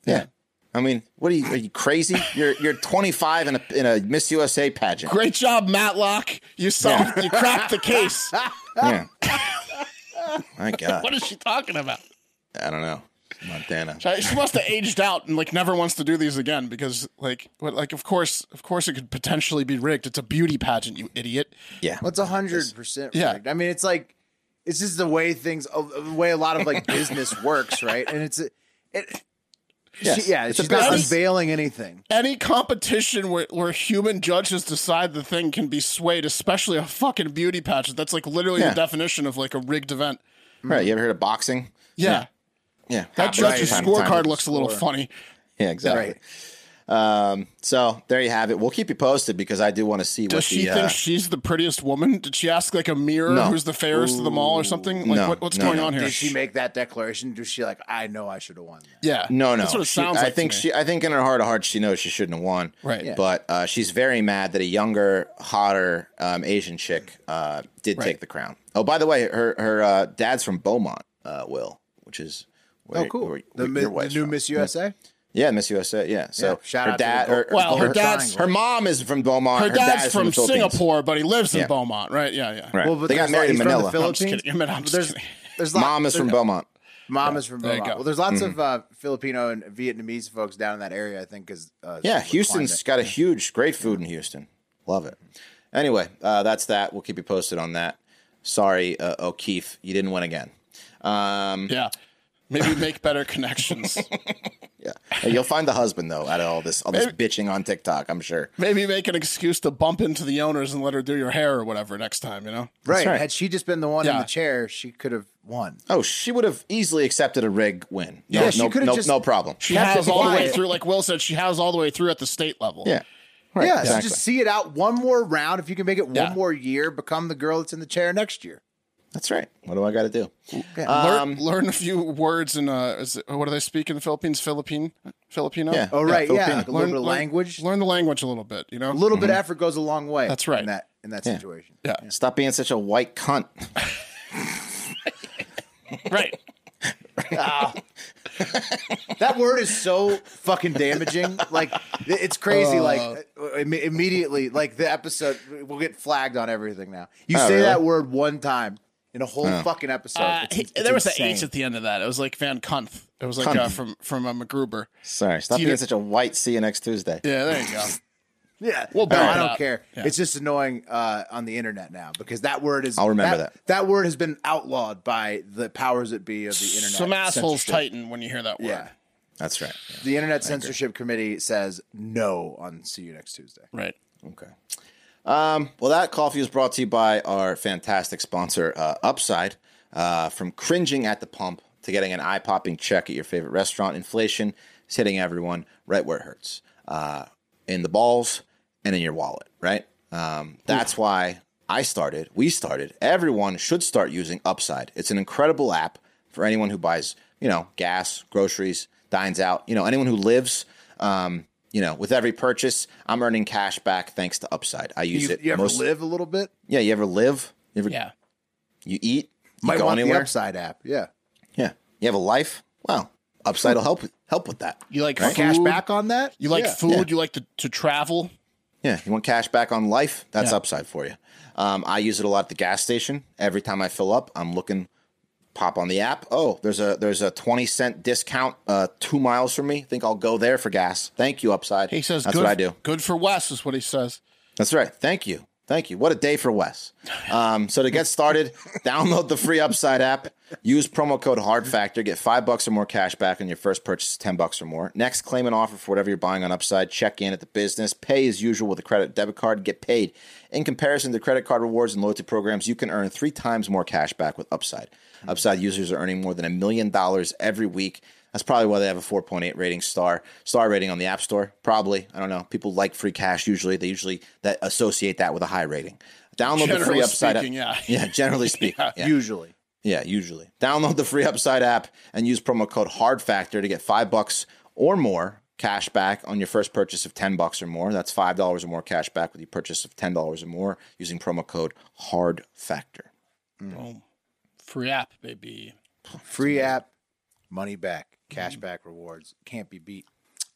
Speaker 3: Yeah. I mean, what are you? Are you crazy? You're you're 25 in a in a Miss USA pageant.
Speaker 2: Great job, Matlock. You solved. You cracked
Speaker 3: (laughs)
Speaker 2: the case.
Speaker 3: Yeah.
Speaker 1: (laughs)
Speaker 3: My God,
Speaker 2: What is she talking about?
Speaker 3: I don't know. Montana.
Speaker 2: She she must have aged out and like never wants to do these again because like what like of course of course it could potentially be rigged. It's a beauty pageant, you idiot.
Speaker 3: Yeah.
Speaker 1: What's hundred percent?
Speaker 2: Yeah.
Speaker 1: rigged? I mean, it's like it's just the way things, uh, the way a lot of like business works, right? And it's it,
Speaker 3: Yes.
Speaker 1: she, yeah,
Speaker 3: It's a
Speaker 1: she's not
Speaker 2: business.
Speaker 1: unveiling anything.
Speaker 2: any competition where, where human judges decide the thing can be swayed, especially a fucking beauty pageant. That's like literally
Speaker 3: Yeah.
Speaker 2: the definition of like a rigged event.
Speaker 3: Right. You ever heard of boxing?
Speaker 2: Yeah.
Speaker 3: Yeah.
Speaker 2: That
Speaker 3: Happens
Speaker 2: judge's
Speaker 3: from time to time.
Speaker 2: scorecard looks a little funny.
Speaker 3: Yeah, exactly.
Speaker 1: Right.
Speaker 3: Um, so there you have it. We'll keep you posted because I do want to see
Speaker 2: Does
Speaker 3: what
Speaker 2: she
Speaker 3: the,
Speaker 2: think
Speaker 3: uh,
Speaker 2: she's the prettiest woman? Did she ask like a mirror
Speaker 3: No.
Speaker 2: who's the fairest of them all or something? Like
Speaker 3: No,
Speaker 2: what, what's
Speaker 3: no,
Speaker 2: going
Speaker 3: no.
Speaker 2: on here?
Speaker 1: Did she make that declaration? Does she like? I know I should have won. That.
Speaker 2: yeah.
Speaker 3: No, no.
Speaker 2: That's what it
Speaker 3: She-
Speaker 2: sounds
Speaker 3: I
Speaker 2: like. to
Speaker 3: think
Speaker 2: me.
Speaker 3: she. I think in her heart of hearts, she knows she shouldn't have won.
Speaker 2: Right. Yeah.
Speaker 3: But uh, she's very mad that a younger, hotter um, Asian chick uh, did
Speaker 2: Right.
Speaker 3: take the crown. Oh, by the way, her her uh, dad's from Beaumont, uh, Will, which is where,
Speaker 1: Oh, cool.
Speaker 3: where-
Speaker 1: The,
Speaker 3: where
Speaker 1: mi-
Speaker 3: your
Speaker 1: the
Speaker 3: wife's
Speaker 1: new
Speaker 3: from.
Speaker 1: Miss USA.
Speaker 3: Yeah, Miss USA. Yeah. So
Speaker 1: Yeah, shout
Speaker 3: her
Speaker 1: out to the
Speaker 3: dad.
Speaker 1: Beau-
Speaker 3: her,
Speaker 2: Well, her
Speaker 3: her
Speaker 2: dad's-
Speaker 3: Her mom is from Beaumont.
Speaker 2: her, dad's,
Speaker 3: from,
Speaker 2: from,
Speaker 3: the Philippines.
Speaker 2: Singapore, but he lives in
Speaker 3: Yeah.
Speaker 2: Beaumont, right? Yeah, yeah.
Speaker 3: Right.
Speaker 1: but
Speaker 3: they
Speaker 1: there's
Speaker 3: got
Speaker 1: lot-
Speaker 3: married in
Speaker 1: he's from The
Speaker 3: Manila.
Speaker 1: Philippines.
Speaker 2: kidding. I mean, I'm just
Speaker 1: there's,
Speaker 2: kidding.
Speaker 1: there's lot-
Speaker 3: Mom is from Beaumont.
Speaker 1: Mom is from
Speaker 2: There you
Speaker 1: Vermont.
Speaker 2: go. Mm-hmm.
Speaker 1: Well, there's lots of uh, Filipino and Vietnamese folks down in that area. I think is uh,
Speaker 3: Yeah,
Speaker 1: with
Speaker 3: Houston's
Speaker 1: climate.
Speaker 3: got a huge, great food in Houston. Love it. Anyway, uh, that's that. We'll keep you posted on that. Sorry, uh, O'Keefe, you didn't win again. Um,
Speaker 2: Yeah. Maybe make better connections.
Speaker 3: yeah, Hey, you'll find the husband though out of all this, all this bitching on TikTok. I'm sure.
Speaker 2: (laughs) Maybe make an excuse to bump into the owners and let her do your hair or whatever next time, you know?
Speaker 1: right.
Speaker 3: right.
Speaker 1: Had she just been the one in
Speaker 2: Yeah.
Speaker 1: the chair, she could have won.
Speaker 3: Oh, she would have easily accepted a rig win. No,
Speaker 1: Yeah, she
Speaker 3: no,
Speaker 1: could've
Speaker 3: no,
Speaker 1: just-
Speaker 3: no problem.
Speaker 2: She
Speaker 1: Kept
Speaker 2: has
Speaker 1: it
Speaker 2: all the way
Speaker 1: quiet.
Speaker 2: through, like Will said, she has all the way through at the state level.
Speaker 3: Yeah, right.
Speaker 1: yeah, so
Speaker 3: exactly.
Speaker 1: just see it out one more round. If you can make it one
Speaker 2: Yeah.
Speaker 1: more year, become the girl that's in the chair next year.
Speaker 3: That's right. What do I got to do?
Speaker 2: Learn,
Speaker 3: Um,
Speaker 2: learn a few words in uh, is it, what do they speak in the Philippines? Philippine, Filipino.
Speaker 3: Yeah.
Speaker 1: Oh, right. Yeah. Like
Speaker 3: Filipino.
Speaker 1: a little bit of language.
Speaker 2: Learn the language a little bit. You know.
Speaker 1: a little bit of effort goes a long way.
Speaker 2: That's right.
Speaker 1: In that, in that
Speaker 3: Yeah.
Speaker 1: situation.
Speaker 2: yeah.
Speaker 3: Stop being such a
Speaker 1: (laughs)
Speaker 3: white cunt.
Speaker 2: Right.
Speaker 1: That word is so fucking damaging. Like it- it's
Speaker 3: Uh.
Speaker 1: crazy. like im- immediately, like the episode, we'll get flagged on everything now. You
Speaker 3: Oh,
Speaker 1: say
Speaker 3: really?
Speaker 1: that word one time in a whole fucking episode.
Speaker 2: Uh,
Speaker 1: It's-
Speaker 2: he-
Speaker 1: it's
Speaker 2: there was an
Speaker 1: insane.
Speaker 2: H at the end of that. It was like Van Kunth. It was like uh,
Speaker 3: Kunth.
Speaker 2: from from uh, MacGruber.
Speaker 3: Sorry, stop
Speaker 2: It's
Speaker 3: being
Speaker 2: either-
Speaker 3: such a white. See you next Tuesday.
Speaker 2: Yeah. There you go.
Speaker 1: Yeah.
Speaker 2: We'll
Speaker 1: no,
Speaker 2: blur
Speaker 1: I
Speaker 2: it
Speaker 1: don't
Speaker 2: out.
Speaker 1: care.
Speaker 2: Yeah.
Speaker 1: It's just annoying uh, on the internet now because that word is.
Speaker 3: I'll remember
Speaker 1: that. word has been outlawed by the powers that be of the internet.
Speaker 2: Some assholes
Speaker 1: censorship.
Speaker 2: tighten when you hear that word.
Speaker 1: Yeah.
Speaker 3: That's right.
Speaker 1: The internet censorship committee says no on See You Next Tuesday.
Speaker 2: Right.
Speaker 3: Okay. Um, well, that coffee was brought to you by our fantastic sponsor, uh, Upside. Uh, from cringing at the pump to getting an eye popping check at your favorite restaurant, inflation is hitting everyone right where it hurts uh, in the balls and in your wallet, right? Um, that's why I started, we started, everyone should start using Upside. It's an incredible app for anyone who buys, you know, gas, groceries, dines out, you know, anyone who lives. Um, you know, with every purchase, I'm earning cash back thanks to Upside. I use
Speaker 1: You,
Speaker 3: it.
Speaker 1: you ever
Speaker 3: most-
Speaker 1: live a little bit?
Speaker 3: Yeah, you ever live? You ever
Speaker 2: Yeah.
Speaker 3: you eat? You
Speaker 1: Might
Speaker 3: go
Speaker 1: want the
Speaker 3: anywhere?
Speaker 1: Upside app. Yeah.
Speaker 3: Yeah. You have a life? Well, Upside will help help with that.
Speaker 2: You like
Speaker 3: Right.
Speaker 2: food.
Speaker 1: Cash back on that?
Speaker 2: You like
Speaker 1: Yeah.
Speaker 2: food. You like to, to travel.
Speaker 3: Yeah. You want cash back on life? That's
Speaker 2: Yeah.
Speaker 3: Upside for you. Um, I use it a lot at the gas station. Every time I fill up, I'm looking pop on the app. Oh, there's a there's a 20 cent discount uh 2 miles from me. Think I'll go there for gas. Thank you Upside.
Speaker 2: He says
Speaker 3: That's
Speaker 2: good,
Speaker 3: what I do.
Speaker 2: Good for Wes is what he says.
Speaker 3: That's right. Thank you. Thank you. What a day for Wes. Um, so to
Speaker 2: (laughs)
Speaker 3: get started, download the free Upside app. Use promo code HARDFACTOR. Get five bucks or more cash back on your first purchase, ten bucks or more. Next, claim an offer for whatever you're buying on Upside. Check in at the business. Pay as usual with a credit debit card. Get paid. In comparison to credit card rewards and loyalty programs, you can earn three times more cash back with Upside.
Speaker 2: Hmm.
Speaker 3: Upside users are earning more than a million dollars every week. That's probably why they have a 4.8 rating star star rating on the App Store. Probably, I don't know. People like free cash usually. They usually that associate that with a high rating. Download the free
Speaker 2: Generally
Speaker 3: Upside.
Speaker 2: speaking, yeah.
Speaker 3: app.
Speaker 2: (laughs)
Speaker 3: yeah, generally speaking, yeah.
Speaker 1: Usually.
Speaker 3: Yeah, usually. Download the free Upside app and use promo code HARDFACTOR to get 5 bucks or more cash back on your first purchase of 10 bucks or more. That's $5 or more cash back with your purchase of $10 or more using promo code HARDFACTOR. Hmm.
Speaker 2: Free app, baby.
Speaker 1: Free app, money back, cash back rewards. Can't be beat.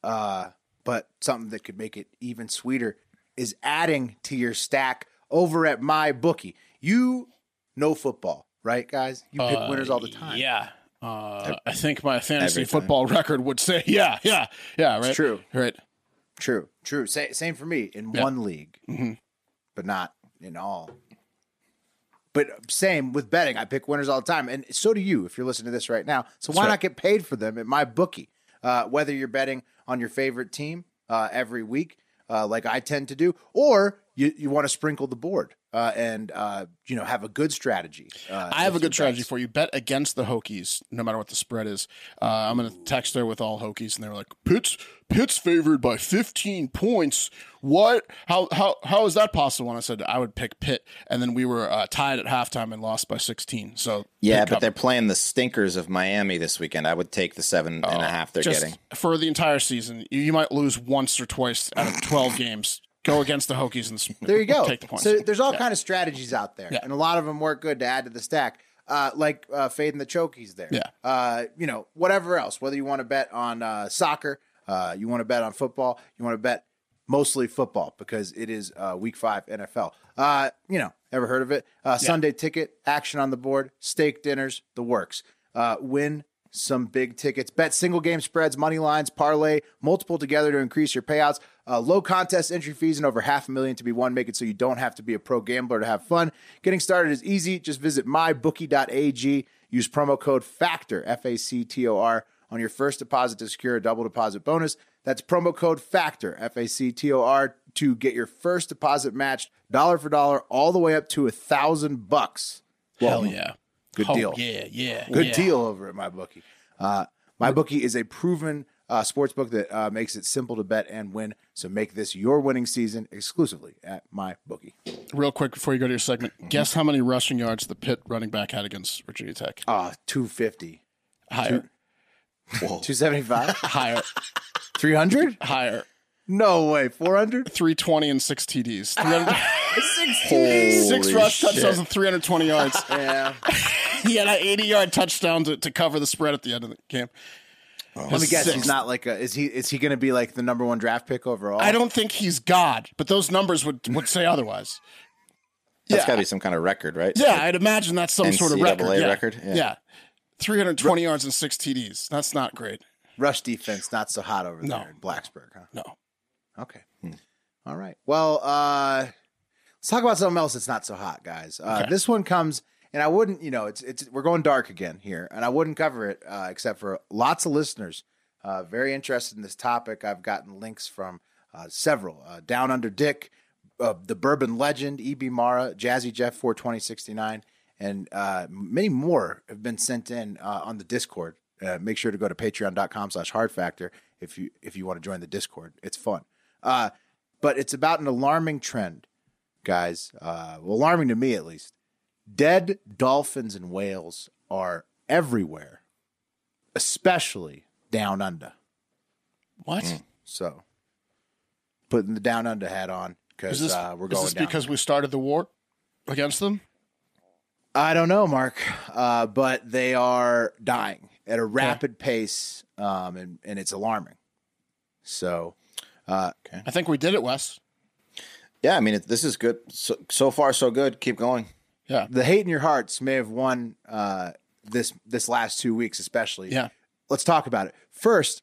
Speaker 1: Uh, but something that could make it even sweeter is adding to your stack over at my bookie. You know football, right, guys? You pick winners all the time.
Speaker 2: Yeah. Uh, I think my fantasy
Speaker 3: every time.
Speaker 2: football record would say, (laughs) yeah, yeah, yeah, right?
Speaker 1: true.
Speaker 2: Right.
Speaker 1: True, true. Sa- same for me in
Speaker 2: Yeah. Mm-hmm.
Speaker 1: one league, but not in all. But same with betting. I pick winners all the time, and so do you if you're listening to this right now. So why
Speaker 2: right.
Speaker 1: not get paid for them at my bookie? Uh, whether you're betting on your favorite team uh, every week, uh, like I tend to do, or you, you want to sprinkle the board. uh, and uh, you know have a good strategy. Uh,
Speaker 2: I have a good strategy for you. Bet against the Hokies, no matter what the spread is. Uh, I'm going to text her with all Hokies, and they're like, "Pitt's Pitt's favored by 15 points. What? How how how is that possible?" And I said I would pick Pitt, and then we were uh, tied at halftime and lost by 16. So
Speaker 3: Yeah,
Speaker 2: Pitt
Speaker 3: but
Speaker 2: covered.
Speaker 3: they're playing the stinkers of Miami this weekend. I would take the seven and a
Speaker 1: Oh,
Speaker 3: half they're
Speaker 2: just
Speaker 3: getting.
Speaker 2: for the entire season. You, you might lose once or twice out of 12 (laughs) games. Go against the Hokies and s-
Speaker 1: There you go.
Speaker 2: (laughs) Take the points.
Speaker 1: So there's all kind of strategies out there,
Speaker 2: Yeah.
Speaker 1: and a lot of them work good to add to the stack. Uh, like uh, fading the chokies there.
Speaker 2: Yeah.
Speaker 1: Uh, you know, whatever else. Whether you want to bet on uh, soccer, uh, you want to bet on football, you want to bet mostly football because it is uh, Week Five NFL. Uh, you know, ever heard of it? Uh, Sunday ticket action on the board, steak dinners, the works. Uh, win some big tickets. Bet single game spreads, money lines, parlay, multiple together to increase your payouts. Uh, low contest entry fees and over half a million to be won. Make it so you don't have to be a pro gambler to have fun. Getting started is easy. Just visit mybookie.ag. Use promo code FACTOR, F A C T O R, on your first deposit to secure a double deposit bonus. That's promo code FACTOR, F A C T O R, to get your first deposit matched dollar for dollar all the way up to a thousand bucks.
Speaker 2: Hell yeah.
Speaker 1: Good
Speaker 2: Oh,
Speaker 1: deal.
Speaker 2: Yeah, yeah.
Speaker 1: Good
Speaker 2: yeah.
Speaker 1: deal over at MyBookie. Uh, MyBookie is a proven uh, sports book that uh, makes it simple to bet and win. So make this your winning season exclusively at MyBookie.
Speaker 2: Real quick before you go to your segment, guess how many rushing yards the Pitt running back had against Virginia Tech?
Speaker 1: Uh, 250,
Speaker 2: Higher, Oh.
Speaker 1: 275,
Speaker 2: (laughs) higher,
Speaker 1: 300?
Speaker 2: higher.
Speaker 1: No way, 400?
Speaker 2: 320 and six TDs. 300
Speaker 3: Holy
Speaker 2: six rush
Speaker 3: shit.
Speaker 2: touchdowns and 320 yards.
Speaker 1: Yeah.
Speaker 2: (laughs) he had an 80 yard touchdown to, to cover the spread at the end of the game.
Speaker 1: Let me guess, he's not like a, is he, is he going to be like the number one draft pick overall?
Speaker 2: I don't think he's God, but those numbers would, would say otherwise.
Speaker 3: That's
Speaker 2: Yeah.
Speaker 3: got to be some kind of record, right?
Speaker 2: Yeah, I'd imagine that's some sort of record.
Speaker 3: NCAA
Speaker 2: yeah.
Speaker 3: record, yeah.
Speaker 2: Yeah. 320 yards and six TDs. That's not great.
Speaker 1: Rush defense, not so hot over
Speaker 2: No.
Speaker 1: there in Blacksburg, huh?
Speaker 2: No.
Speaker 1: Okay. All right. Well, uh, let's talk about something else that's not so hot, guys. Uh, This one comes, and I wouldn't, you know, it's it's we're going dark again here, and I wouldn't cover it uh, except for lots of listeners uh, very interested in this topic. I've gotten links from uh, several uh, Down Under Dick, uh, the Bourbon Legend, E.B. Mara, Jazzy Jeff four twenty sixty nine, and uh, many more have been sent in uh, on the Discord. Uh, make sure to go to patreon.com slash hard factor if you if you want to join the discord it's fun uh, but it's about an alarming trend, guys. Uh, well, alarming to me at least. Dead dolphins and whales are everywhere, especially down under.
Speaker 2: What?
Speaker 1: So, putting the down under hat on
Speaker 2: Is
Speaker 1: because
Speaker 2: this,
Speaker 1: uh, we're
Speaker 2: is
Speaker 1: going
Speaker 2: this
Speaker 1: down.
Speaker 2: because we started the war against them?
Speaker 1: I don't know, Mark, uh, but they are dying at a rapid pace, um, and and it's alarming. So,
Speaker 2: I think we did it, Wes.
Speaker 3: Yeah, I mean, it, this is good. So, so far, so good. Keep going.
Speaker 1: the hate in your hearts may have won uh, this this last two weeks, especially.
Speaker 2: Yeah.
Speaker 1: Let's talk about it first.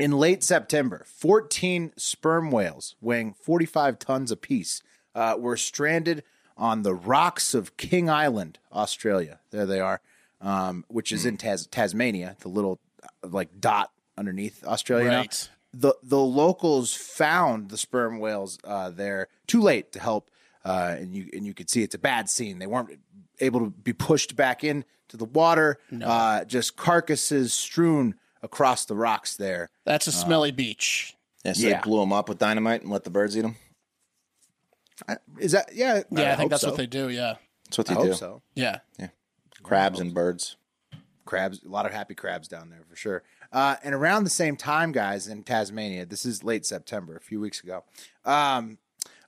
Speaker 1: In late September, 14 sperm whales weighing 45 tons apiece uh, were stranded on the rocks of King Island, Australia. There they are, um, which is in Tas- Tasmania, the little uh, like dot underneath Australia. now
Speaker 2: Right.
Speaker 1: the the locals found the sperm whales uh, there too late to help, uh, and you and you could see it's a bad scene. They weren't able to be pushed back into the water. Uh, just carcasses strewn across the rocks there.
Speaker 2: That's a smelly beach.
Speaker 3: Yeah, so
Speaker 1: Yeah.
Speaker 3: they blew them up with dynamite and let the birds eat them.
Speaker 1: Is that yeah?
Speaker 2: Yeah, I,
Speaker 1: hope
Speaker 2: think that's
Speaker 1: so.
Speaker 2: what they do. Yeah.
Speaker 3: That's what
Speaker 1: I
Speaker 3: they
Speaker 1: hope
Speaker 3: do.
Speaker 1: so.
Speaker 2: Yeah.
Speaker 3: Crabs and birds.
Speaker 1: crabs, a lot of happy crabs down there for sure. Uh, and around the same time, guys, in Tasmania, this is late September, a few weeks ago, um,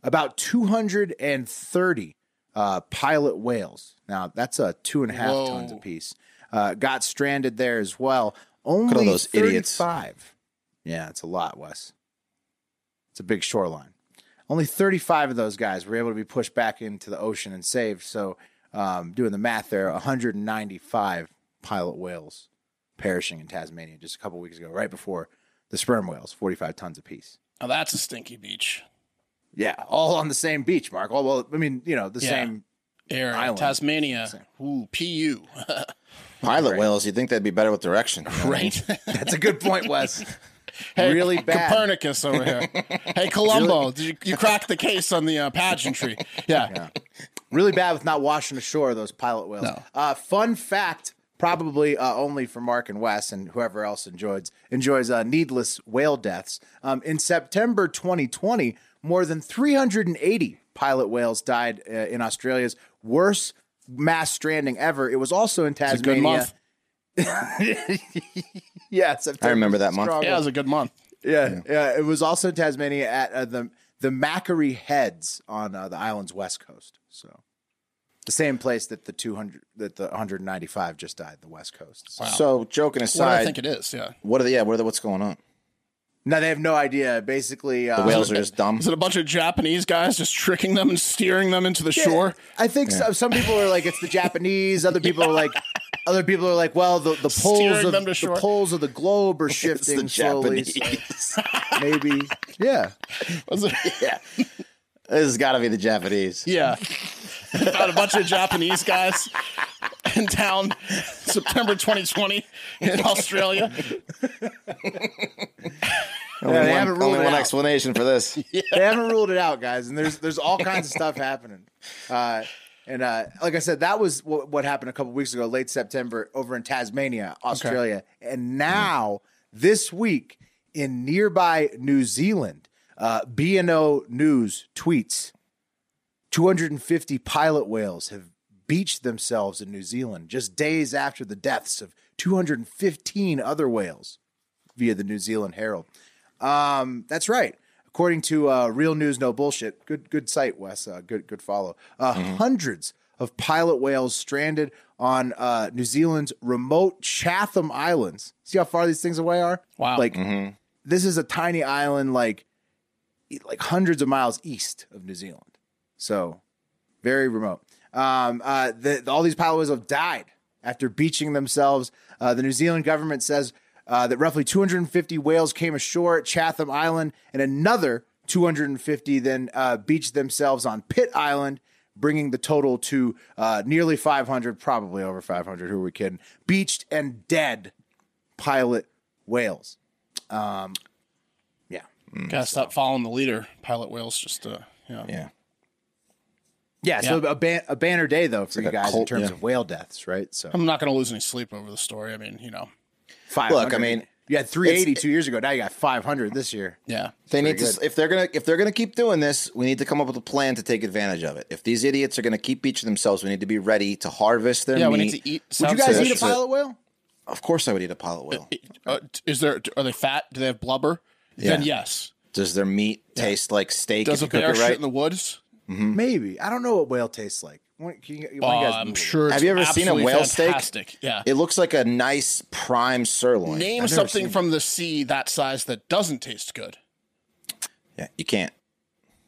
Speaker 1: about 230 uh, pilot whales. Now, that's a two and a half
Speaker 2: Whoa.
Speaker 1: tons apiece. Uh, got stranded there as well.
Speaker 3: at all
Speaker 1: Only
Speaker 3: those idiots.
Speaker 1: 35. Yeah, it's a lot, Wes. It's a big shoreline. Only 35 of those guys were able to be pushed back into the ocean and saved. So, um, doing the math there, 195 pilot whales perishing in Tasmania just a couple weeks ago, right before the sperm whales, 45 tons apiece.
Speaker 2: Now that's a stinky beach.
Speaker 1: Yeah, all on the same beach, Mark. Well, well I mean, you know, the
Speaker 2: Yeah.
Speaker 1: same.
Speaker 2: Air
Speaker 1: Island.
Speaker 2: Tasmania. Ooh, (laughs) PU.
Speaker 3: Pilot whales, you'd think they'd be better with direction. you know what I mean?
Speaker 2: right?
Speaker 1: That's a good point, Wes.
Speaker 2: (laughs) Hey,
Speaker 1: Really bad.
Speaker 2: Copernicus over
Speaker 1: (laughs)
Speaker 2: here. hey, Columbo, did you, you cracked the case on the
Speaker 1: (laughs)
Speaker 2: uh, pageantry. Yeah.
Speaker 1: Really bad with not washing ashore those pilot whales.
Speaker 2: No.
Speaker 1: Uh, fun fact, probably uh, only for Mark and Wes and whoever else enjoys enjoys uh, needless whale deaths. Um, in September 2020, more than 380 pilot whales died uh, in Australia's worst mass stranding ever. It was also in
Speaker 2: It's a good
Speaker 1: Tasmania.
Speaker 2: month.
Speaker 1: Yeah, September.
Speaker 3: I remember that month.
Speaker 1: strong
Speaker 2: Yeah, it was a good month.
Speaker 1: yeah, yeah. It was also in Tasmania at uh, the the Macquarie Heads on uh, the island's west coast. So the same place that the two hundred that the one hundred ninety five just died, the west coast. So-
Speaker 3: So joking
Speaker 2: What do I
Speaker 3: aside,
Speaker 2: think it is? Yeah.
Speaker 3: what are the yeah? What are the, what's going on?
Speaker 1: Now they have no idea. Basically, uh,
Speaker 3: The
Speaker 2: (laughs)
Speaker 3: whales are just dumb.
Speaker 2: Is it a bunch of Japanese guys just tricking them and steering them into the shore?
Speaker 1: I think some, some people are like it's the Japanese. Other people are like. Other people are like, well, the, the poles
Speaker 2: Steering
Speaker 1: of
Speaker 2: them to
Speaker 1: the
Speaker 2: shore.
Speaker 1: poles of the globe are
Speaker 3: (laughs) It's the
Speaker 1: shifting slowly. so
Speaker 3: Japanese.
Speaker 1: maybe, yeah.
Speaker 2: Was it?
Speaker 3: (laughs) yeah, this has got to be the Japanese.
Speaker 2: Yeah. (laughs) About a bunch of Japanese guys (laughs) in town, September 2020 in Australia.
Speaker 3: Only
Speaker 1: they
Speaker 3: one,
Speaker 1: haven't ruled
Speaker 3: only
Speaker 1: it
Speaker 3: one
Speaker 1: out.
Speaker 3: explanation
Speaker 2: (laughs)
Speaker 3: for this.
Speaker 1: they haven't ruled it out, guys, and there's there's all kinds of stuff happening. Uh, and uh, like I said, that was what, what happened a couple weeks ago, late September, over in Tasmania, Australia, and now this week in nearby New Zealand, uh, O News tweets: 250 pilot whales have beached themselves in New Zealand just days after the deaths of 215 other whales via the New Zealand Herald. Um, that's right. According to uh, Real News No Bullshit, good good site, Wes. Uh, good good follow. Uh, Hundreds of pilot whales stranded on uh, New Zealand's remote Chatham Islands. See how far these things away are?
Speaker 2: Wow.
Speaker 1: Like this is a tiny island, like e- like hundreds of miles east of New Zealand. So very remote. Um, uh, the, all these Palawas have died after beaching themselves. Uh, the New Zealand government says uh, that roughly 250 whales came ashore at Chatham Island, and another 250 then uh, beached themselves on Pitt Island, bringing the total to uh, nearly 500, probably over 500. Who are we kidding? Beached and dead pilot whales. Um, yeah.
Speaker 2: Gotta stop following the leader. Pilot whales just, uh, yeah.
Speaker 3: Yeah,
Speaker 1: Yeah, so a, ban- a banner day though for you
Speaker 3: like a
Speaker 1: guys in
Speaker 3: cult,
Speaker 1: terms
Speaker 3: yeah.
Speaker 1: of whale deaths, right? So
Speaker 2: I'm not gonna lose any sleep over the story. I mean, you know,
Speaker 1: five.
Speaker 3: Look, I mean,
Speaker 1: you had 380 two years ago. Now you got 500 this year.
Speaker 2: yeah.
Speaker 3: they need to. If they're gonna if they're gonna keep doing this, we need to come up with a plan to take advantage of it. If these idiots are gonna keep beaching themselves, we need to be ready to harvest their
Speaker 2: Yeah, we
Speaker 3: meat.
Speaker 2: need to eat.
Speaker 1: Would you
Speaker 2: sounds
Speaker 1: guys eat
Speaker 3: so-
Speaker 1: a
Speaker 2: delicious.
Speaker 3: so-
Speaker 1: pilot whale?
Speaker 3: Of course, I would eat a pilot whale.
Speaker 2: Uh, is there? Are they fat? Do they have blubber? Then yes.
Speaker 3: Does their meat taste like steak?
Speaker 2: Does a
Speaker 3: if you cook
Speaker 2: bear
Speaker 3: it
Speaker 2: shit
Speaker 3: right?
Speaker 2: in the woods?
Speaker 1: Maybe. I don't know what whale tastes like. When, can you, when you
Speaker 2: Mm-hmm. Uh,
Speaker 1: guys
Speaker 2: I'm
Speaker 1: Google it?
Speaker 2: sure.
Speaker 3: Have
Speaker 2: it's
Speaker 3: you ever seen a
Speaker 2: absolutely
Speaker 3: whale steak?
Speaker 2: fantastic. Yeah.
Speaker 3: It looks like a nice prime sirloin.
Speaker 2: Name something from the sea that size that doesn't taste good.
Speaker 3: Yeah, you can't.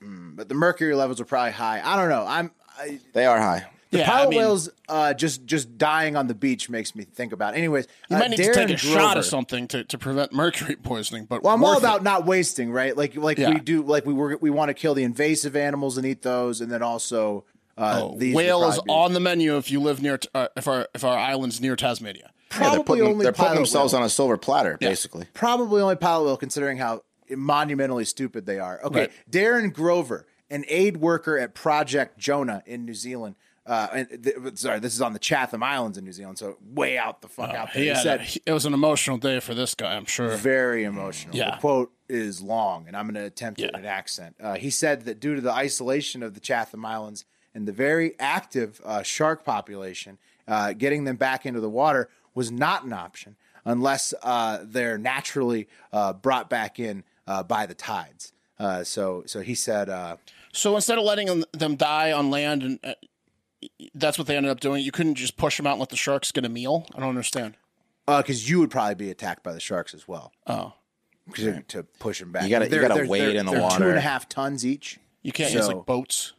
Speaker 1: But the mercury levels are probably high. I don't know. I'm I,
Speaker 3: They are high.
Speaker 1: the
Speaker 2: yeah, I
Speaker 1: pilot
Speaker 2: mean,
Speaker 1: whales uh, just just dying on the beach makes me think about. It. Anyways, uh,
Speaker 2: You might need to take a shot
Speaker 1: Grover,
Speaker 2: of something to, to prevent mercury poisoning. But
Speaker 1: Well, I'm all
Speaker 2: worth it.
Speaker 1: about not wasting, right? Like like
Speaker 2: Yeah.
Speaker 1: we do, like we were, we want to kill the invasive animals and eat those, and then also uh,
Speaker 2: Oh,
Speaker 1: these would
Speaker 2: whale is
Speaker 1: probably be-
Speaker 2: on the menu if you live near t- uh, if our if our island's near Tasmania.
Speaker 3: Yeah,
Speaker 1: Probably
Speaker 3: they're putting,
Speaker 1: only
Speaker 3: they're putting
Speaker 1: pilot
Speaker 3: themselves
Speaker 1: whale.
Speaker 3: on a silver platter, basically.
Speaker 1: probably only pilot whale considering how monumentally stupid they are. Okay,
Speaker 2: Right.
Speaker 1: Darren Grover, an aid worker at Project Jonah in New Zealand. Uh, and th- sorry, this is on the Chatham Islands in New Zealand, so way out the fuck out there.
Speaker 2: Yeah,
Speaker 1: he said
Speaker 2: it was an emotional day for this guy. I'm sure.
Speaker 1: very emotional. The
Speaker 2: Yeah.
Speaker 1: quote is long, and I'm going to attempt it in
Speaker 2: Yeah.
Speaker 1: an accent. Uh, he said that due to the isolation of the Chatham Islands and the very active uh, shark population, uh, getting them back into the water was not an option unless uh, they're naturally uh, brought back in uh, by the tides. Uh, so, so he said. Uh,
Speaker 2: So instead of letting them- them die on land, and uh, that's what they ended up doing. You couldn't just push them out and let the sharks get a meal. I don't understand.
Speaker 1: because uh, you would probably be attacked by the sharks as well. Oh, to, to push them back.
Speaker 3: You gotta- you
Speaker 1: They're-
Speaker 3: gotta
Speaker 1: they're-
Speaker 3: wade
Speaker 1: they're-
Speaker 3: in the
Speaker 1: they're Two
Speaker 3: water.
Speaker 1: and a half tons each.
Speaker 2: You can't use
Speaker 1: So-
Speaker 2: like boats.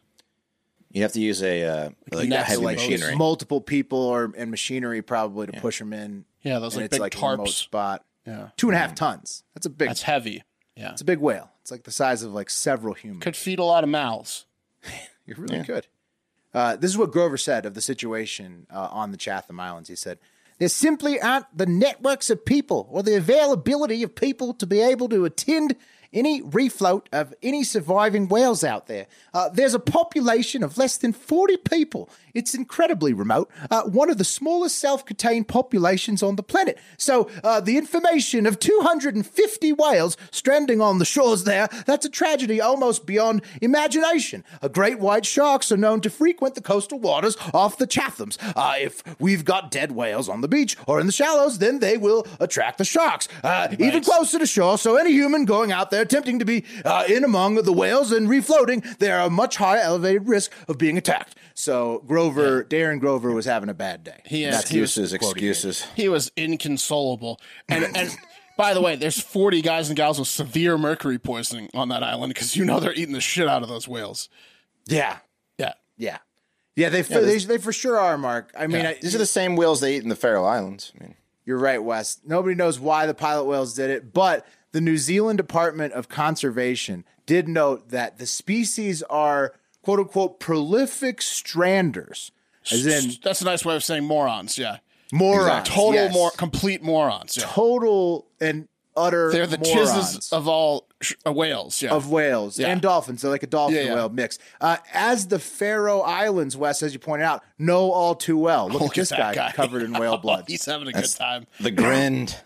Speaker 3: You have to use a uh, like
Speaker 2: nets,
Speaker 3: heavy
Speaker 2: like
Speaker 3: machinery.
Speaker 1: multiple people or and machinery probably to push them in.
Speaker 2: Yeah, those,
Speaker 1: And
Speaker 2: like,
Speaker 1: it's
Speaker 2: big
Speaker 1: like a remote
Speaker 2: tarps.
Speaker 1: spot.
Speaker 2: Yeah.
Speaker 1: two and a half tons. That's a big.
Speaker 2: That's heavy. Yeah,
Speaker 1: it's a big whale. It's like the size of like several humans.
Speaker 2: could feed a lot of mouths.
Speaker 1: You're really good. Uh, this is what Grover said of the situation uh, on the Chatham Islands. He said, There simply aren't the networks of people or the availability of people to be able to attend any refloat of any surviving whales out there. Uh, there's a population of less than 40 people. It's incredibly remote, uh, one of the smallest self contained populations on the planet. So, uh, the information of 250 whales stranding on the shores there, that's a tragedy almost beyond imagination. Uh, great white sharks are known to frequent the coastal waters off the Chathams. Uh, if we've got dead whales on the beach or in the shallows, then they will attract the sharks. Uh, Even closer to shore, so any human going out there attempting to be uh, in among the whales and refloating, they are a much higher elevated risk of being attacked. So Grover, Darren Grover was having a bad day.
Speaker 2: He is. he was-
Speaker 3: Excuses, excuses.
Speaker 2: He was inconsolable. And and by the way, there's 40 guys and gals with severe mercury poisoning on that island because you know they're eating the shit out of those whales.
Speaker 1: Yeah,
Speaker 2: Yeah.
Speaker 1: yeah, yeah. They for, they, they for sure are, Mark. I mean, I,
Speaker 3: These are the same whales they eat in the Faroe Islands. I mean,
Speaker 1: You're right, Wes. Nobody knows why the pilot whales did it, but the New Zealand Department of Conservation did note that the species are quote unquote prolific stranders, as in
Speaker 2: That's a nice way of saying morons. Yeah.
Speaker 1: morons,
Speaker 2: Total
Speaker 1: yes.
Speaker 2: more complete morons. Yeah.
Speaker 1: total and utter.
Speaker 2: They're the
Speaker 1: morons.
Speaker 2: chizzes of all sh- uh, whales. Yeah.
Speaker 1: of whales
Speaker 2: Yeah.
Speaker 1: and dolphins. They're like a dolphin
Speaker 2: Yeah, yeah.
Speaker 1: whale mix. Uh, as the Faroe Islands, Wes, as you pointed out, know all too well. Look,
Speaker 2: Look
Speaker 1: at this
Speaker 2: Oh, that Oh,
Speaker 1: guy, covered
Speaker 2: (laughs)
Speaker 1: in whale blood.
Speaker 2: He's having a good time.
Speaker 3: the grind.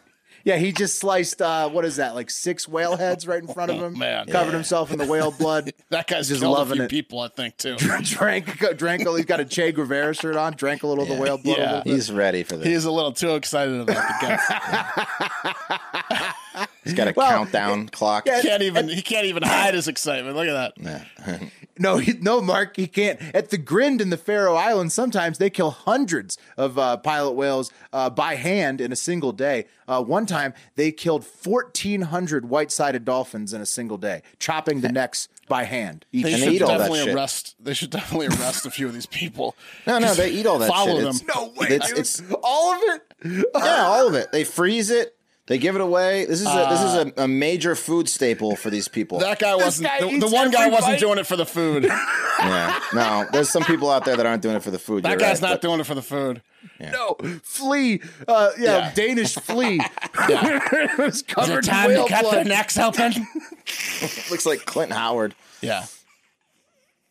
Speaker 1: Yeah, he just sliced uh, what is that, like six whale heads right in front of him.
Speaker 2: Oh, Man.
Speaker 1: covered himself in the whale
Speaker 2: (laughs)
Speaker 1: blood.
Speaker 2: That guy's
Speaker 1: Just
Speaker 2: just killed
Speaker 1: loving
Speaker 2: a few
Speaker 1: it.
Speaker 2: people, I think,
Speaker 1: (laughs)
Speaker 2: too.
Speaker 1: drank, drank. a- He's got a Che Guevara shirt on. Drank a little of the whale blood. a
Speaker 2: Yeah.
Speaker 1: little bit.
Speaker 3: He's ready for this.
Speaker 2: He's a little too excited about the guy.
Speaker 3: He's got a countdown clock.
Speaker 1: yeah,
Speaker 2: can't even he
Speaker 1: (laughs)
Speaker 2: can't even hide his excitement. Look at that.
Speaker 1: No, he, no, Mark, he can't. At the Grind in the Faroe Islands, sometimes they kill hundreds of uh, pilot whales uh, by hand in a single day. Uh, one time, they killed 1,400 white-sided dolphins in a single day, chopping the necks by hand. Each
Speaker 2: They
Speaker 3: And they
Speaker 2: should
Speaker 3: eat all that
Speaker 2: definitely
Speaker 3: shit.
Speaker 2: arrest. They should definitely arrest a few of these people.
Speaker 3: (laughs) No, no, they eat all that
Speaker 2: Follow
Speaker 3: shit.
Speaker 2: them.
Speaker 3: It's-
Speaker 1: no way,
Speaker 3: It's-
Speaker 1: dude.
Speaker 3: it's-
Speaker 2: (laughs)
Speaker 1: all of it.
Speaker 3: Yeah, all of it. They freeze it. They give it away. This is a, this is a, a major food staple for these people.
Speaker 2: Uh, That guy wasn't.
Speaker 1: guy
Speaker 2: the, the
Speaker 1: eats
Speaker 2: one guy
Speaker 1: every
Speaker 2: wasn't
Speaker 1: bite.
Speaker 2: doing it for the
Speaker 3: (laughs)
Speaker 2: food. That
Speaker 3: yeah. No, there's some people out there that aren't doing it for the food. you're
Speaker 2: guy's
Speaker 3: right,
Speaker 2: not
Speaker 3: but-
Speaker 2: doing it for the food.
Speaker 1: No, flea. Uh, yeah,
Speaker 2: Yeah.
Speaker 1: Danish
Speaker 2: (laughs)
Speaker 1: flea. (laughs) it was
Speaker 2: Is it
Speaker 1: covered in
Speaker 2: time to
Speaker 1: whale
Speaker 2: cut their
Speaker 1: blood. (laughs)
Speaker 2: necks open?
Speaker 3: Looks like Clint Howard.
Speaker 2: yeah.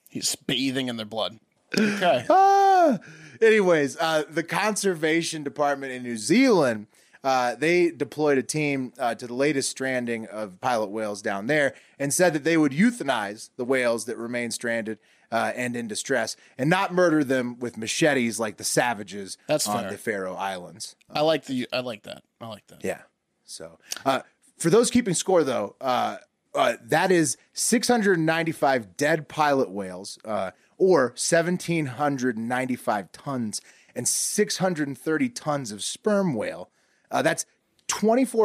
Speaker 2: He's bathing in their blood. Okay.
Speaker 1: Ah. Anyways, uh, the conservation department in New Zealand, uh, they deployed a team uh, to the latest stranding of pilot whales down there and said that they would euthanize the whales that remain stranded uh, and in distress and not murder them with machetes like the savages
Speaker 2: That's
Speaker 1: on
Speaker 2: fair.
Speaker 1: the Faroe Islands.
Speaker 2: I like the. I like that. I like that.
Speaker 1: Yeah. So uh, for those keeping score, though, uh, uh, that is 695 dead pilot whales, uh, or 1,795 tons, and 630 tons of sperm whale. Uh, that's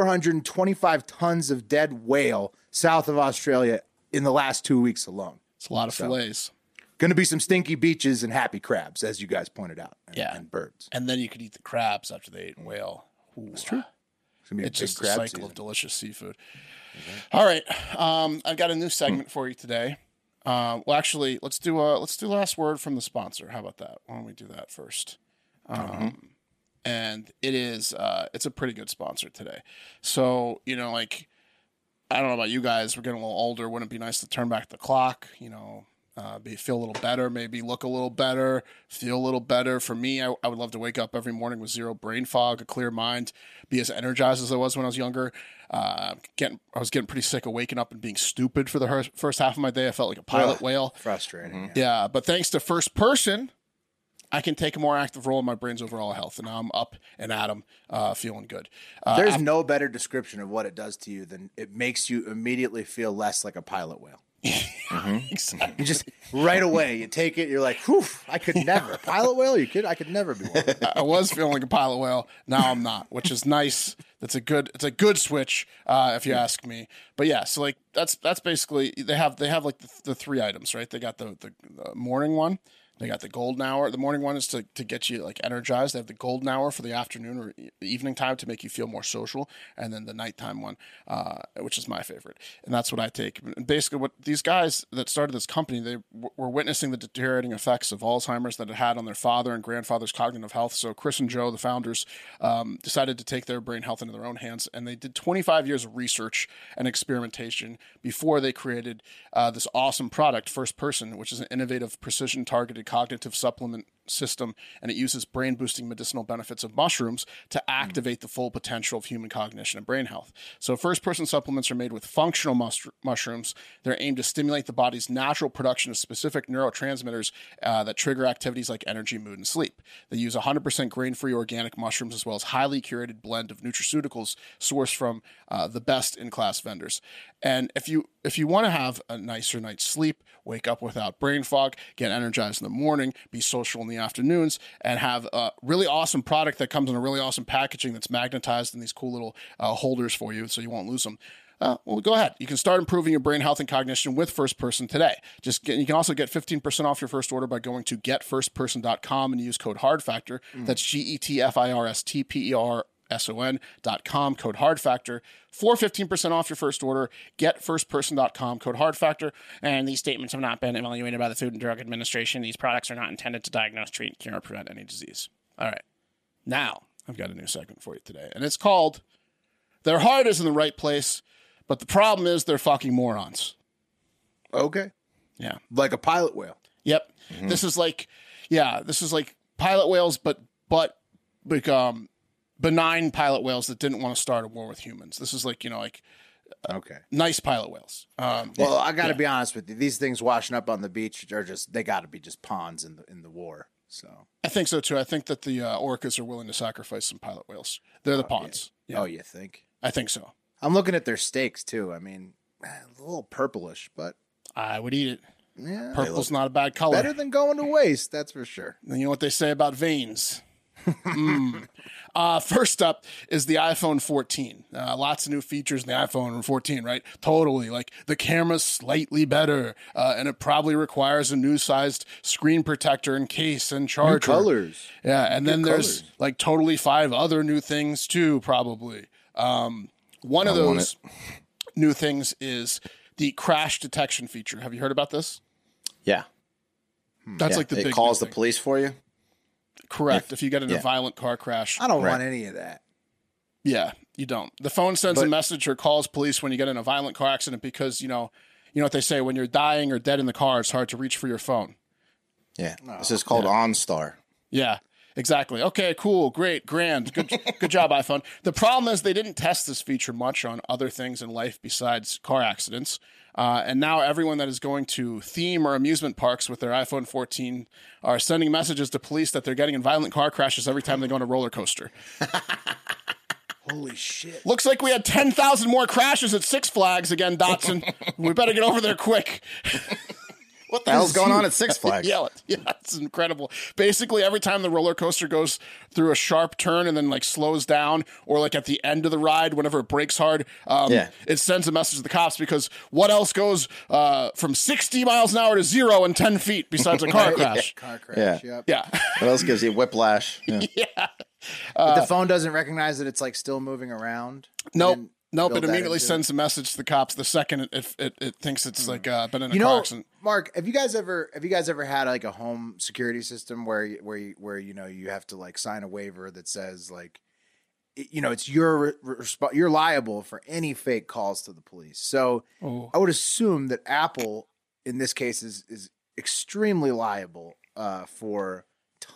Speaker 1: 2,425 tons of dead whale south of Australia in the last two weeks alone.
Speaker 2: It's a lot of fillets.
Speaker 1: Going to be some stinky beaches and happy crabs, as you guys pointed out, and,
Speaker 2: Yeah.
Speaker 1: and birds.
Speaker 2: And then you could eat the crabs after they ate whale. That's true.
Speaker 1: It's going to be a
Speaker 2: It's
Speaker 1: big Mm-hmm.
Speaker 2: just a
Speaker 1: crab
Speaker 2: cycle
Speaker 1: season.
Speaker 2: of delicious seafood. All right, um, I've got a new segment for you today. Uh, well, actually, let's do a let's do last word from the sponsor. How about that? Why don't we do that first?
Speaker 1: Mm-hmm.
Speaker 2: Um, And it is uh, it's a pretty good sponsor today. So you know, like I don't know about you guys, we're getting a little older. Wouldn't it be nice to turn back the clock? You know, uh, be feel a little better, maybe look a little better, feel a little better. For me, I, I would love to wake up every morning with zero brain fog, a clear mind, be as energized as I was when I was younger. Uh, getting, I was getting pretty sick of waking up and being stupid for the her- first half of my day. I felt like a pilot whale.
Speaker 1: Frustrating. yeah.
Speaker 2: Yeah, but thanks to first person, I can take a more active role in my brain's overall health, and now I'm up and at 'em, uh, feeling good. Uh,
Speaker 1: There's no better description of what it does to you than it makes you immediately feel less like a pilot whale.
Speaker 2: (laughs)
Speaker 1: You just right away, you take it, you're like, whew, I could never. Pilot whale, you could, I could never be
Speaker 2: (laughs)
Speaker 1: one.
Speaker 2: I was feeling like a pilot whale. Now I'm not, which is nice. That's a good. It's a good switch, uh, if you ask me. But yeah, so like that's that's basically they have they have like the, the three items, right? They got the the, the morning one, They got the golden hour. The morning one is to, to get you like energized. They have the golden hour for the afternoon or e- evening time to make you feel more social, and then the nighttime one, uh, which is my favorite, and that's what I take. And basically, what these guys that started this company they w- were witnessing the deteriorating effects of Alzheimer's that it had on their father and grandfather's cognitive health. So Chris and Joe, the founders, um, decided to take their brain health into their own hands, and they did 25 years of research and experimentation before they created uh, this awesome product, First Person, which is an innovative, precision targeted cognitive supplement system, and it uses brain boosting medicinal benefits of mushrooms to activate the full potential of human cognition and brain health. So, first person supplements are made with functional mush- mushrooms. They're aimed to stimulate the body's natural production of specific neurotransmitters uh, that trigger activities like energy, mood, and sleep. They use 100% grain free organic mushrooms as well as highly curated blend of nutraceuticals sourced from uh, the best in class vendors. And if you if you want to have a nicer night's sleep, wake up without brain fog, get energized in the morning, be social in the afternoons, and have a really awesome product that comes in a really awesome packaging that's magnetized in these cool little uh, holders for you so you won't lose them. Uh, well, go ahead. You can start improving your brain health and cognition with First Person today. Just get, you can also get 15% off your first order by going to getfirstperson.com and use code HARDFACTOR. That's G E T F I R S T P E R son.com code hard factor for 15% off your first order get firstperson.com code hard factor and these statements have not been evaluated by the food and drug administration these products are not intended to diagnose treat cure or prevent any disease all right now i've got a new segment for you today and it's called their heart is in the right place but the problem is they're fucking morons
Speaker 1: Okay.
Speaker 2: Yeah.
Speaker 1: Like a pilot whale.
Speaker 2: Yep.
Speaker 1: Mm-hmm.
Speaker 2: This is like, yeah, this is like pilot whales, but but like um, benign pilot whales that didn't want to start a war with humans. This is like you know like Uh,
Speaker 1: Okay.
Speaker 2: nice pilot whales. Um,
Speaker 1: Well, I got to be honest with you. These things washing up on the beach are just they got to be just pawns in the in the war. So,
Speaker 2: I think so too. I think that the uh, orcas are willing to sacrifice some pilot whales. They're the pawns. Yeah,
Speaker 1: oh, you think?
Speaker 2: I think so.
Speaker 1: I'm looking at their steaks too. I mean, eh, a little purplish, but
Speaker 2: I would eat it.
Speaker 1: yeah,
Speaker 2: Purple's not a bad color.
Speaker 1: better than
Speaker 2: (laughs)
Speaker 1: going to waste. That's for sure.
Speaker 2: You know what they say about veins. Mm. Uh, first up is the iPhone 14. Uh, lots of new features in the iPhone 14, right? Totally. Like the camera's slightly better, uh, and it probably requires a new sized screen protector and case and charger.
Speaker 1: colors.
Speaker 2: Yeah, and then there's like totally five other new things too, probably. Um, one of
Speaker 3: want
Speaker 2: those new things is the crash detection feature. Have you heard about this?
Speaker 3: Yeah.
Speaker 2: That's
Speaker 3: Hmm. yeah.
Speaker 2: like the
Speaker 3: it
Speaker 2: big
Speaker 3: calls
Speaker 2: new
Speaker 3: the
Speaker 2: thing.
Speaker 3: police for you.
Speaker 2: correct. If you get in a
Speaker 3: yeah.
Speaker 2: violent car crash,
Speaker 1: I don't
Speaker 3: Right.
Speaker 1: want any of that.
Speaker 2: Yeah, you don't. The phone sends a message or calls police when you get in a violent car accident because you know, you know what they say: when you're dying or dead in the car, it's hard to reach for your phone.
Speaker 3: Yeah. this is called OnStar.
Speaker 2: Yeah, exactly. Okay, cool, great, grand,
Speaker 1: (laughs)
Speaker 2: good, good job, iPhone. The problem is they didn't test this feature much on other things in life besides car accidents, uh, and now everyone that is going to theme or amusement parks with their iPhone 14 are sending messages to police that they're getting in violent car crashes every time they go on a roller coaster.
Speaker 1: (laughs) Holy shit!
Speaker 2: Looks like we had 10,000 more crashes at Six Flags again, Dotson. we better get over there quick.
Speaker 3: What the hell's going on
Speaker 1: (laughs)
Speaker 3: at Six Flags?
Speaker 2: Yell it. (laughs) Yeah, it's incredible. Basically, every time the roller coaster goes through a sharp turn and then like slows down, or like at the end of the ride, whenever it breaks hard, um,
Speaker 3: Yeah.
Speaker 2: it sends a message to the cops because what else goes uh, from 60 miles an hour to zero in 10 feet
Speaker 1: (laughs)
Speaker 2: besides a car crash?
Speaker 1: Car crash.
Speaker 3: Yeah.
Speaker 1: Yep.
Speaker 2: Yeah. (laughs)
Speaker 3: What else gives
Speaker 1: (laughs)
Speaker 3: you whiplash? Yeah.
Speaker 1: But the phone doesn't recognize that it's like still moving around.
Speaker 2: Uh, Nope.
Speaker 1: And
Speaker 2: Nope.
Speaker 1: build
Speaker 2: It
Speaker 1: that
Speaker 2: immediately
Speaker 1: into it.
Speaker 2: sends a message to the cops the second it, it, it, it thinks it's like uh, been in a
Speaker 1: You
Speaker 2: car
Speaker 1: know,
Speaker 2: accident.
Speaker 1: Mark, have you guys ever have you guys ever had like a home security system where you- where you, where you know you have to like sign a waiver that says like it- you know it's your re- resp- you're liable for any fake calls to the police. So
Speaker 2: Oh.
Speaker 1: I would assume that Apple in this case is is extremely liable uh, for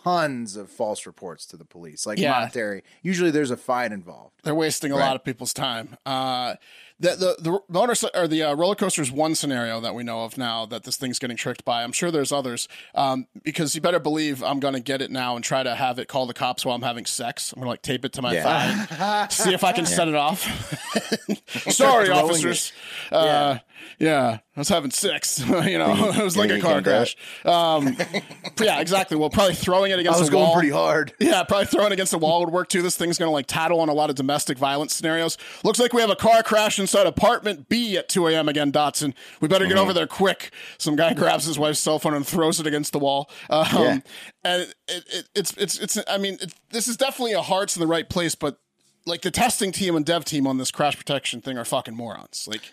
Speaker 1: tons of false reports to the police, like
Speaker 2: Yeah.
Speaker 1: monetary. Usually there's a fine involved.
Speaker 2: They're wasting a lot of people's time. Uh, the the the motor or the uh, roller coaster is one scenario that we know of now that this thing's getting tricked by. I'm sure there's others um, because you better believe I'm going to get it now and try to have it call the cops while I'm having sex. I'm going to like tape it to my
Speaker 1: (laughs)
Speaker 3: Yeah.
Speaker 2: thigh, (laughs) see if I can set it off. Sorry, officers. Uh, yeah. I was having sex. (laughs) you know, it was like a
Speaker 3: you
Speaker 2: car
Speaker 3: can do
Speaker 2: crash. Um, (laughs) yeah, exactly. Well, probably throwing it against
Speaker 1: I was
Speaker 2: a
Speaker 1: going
Speaker 2: wall.
Speaker 1: pretty hard.
Speaker 2: Yeah, probably throwing against the wall would work too. This thing's going to like tattle on a lot of domestic violence scenarios. Looks like we have a car crash inside apartment B at 2 a.m. again, Dotson. We better
Speaker 1: Mm-hmm.
Speaker 2: get over there quick. Some guy grabs his wife's cell phone and throws it against the wall. Um,
Speaker 3: Yeah.
Speaker 2: And it, it, it's, it's, it's, I mean, it, this is definitely a heart's in the right place, but like the testing team and dev team on this crash protection thing are fucking morons. Like,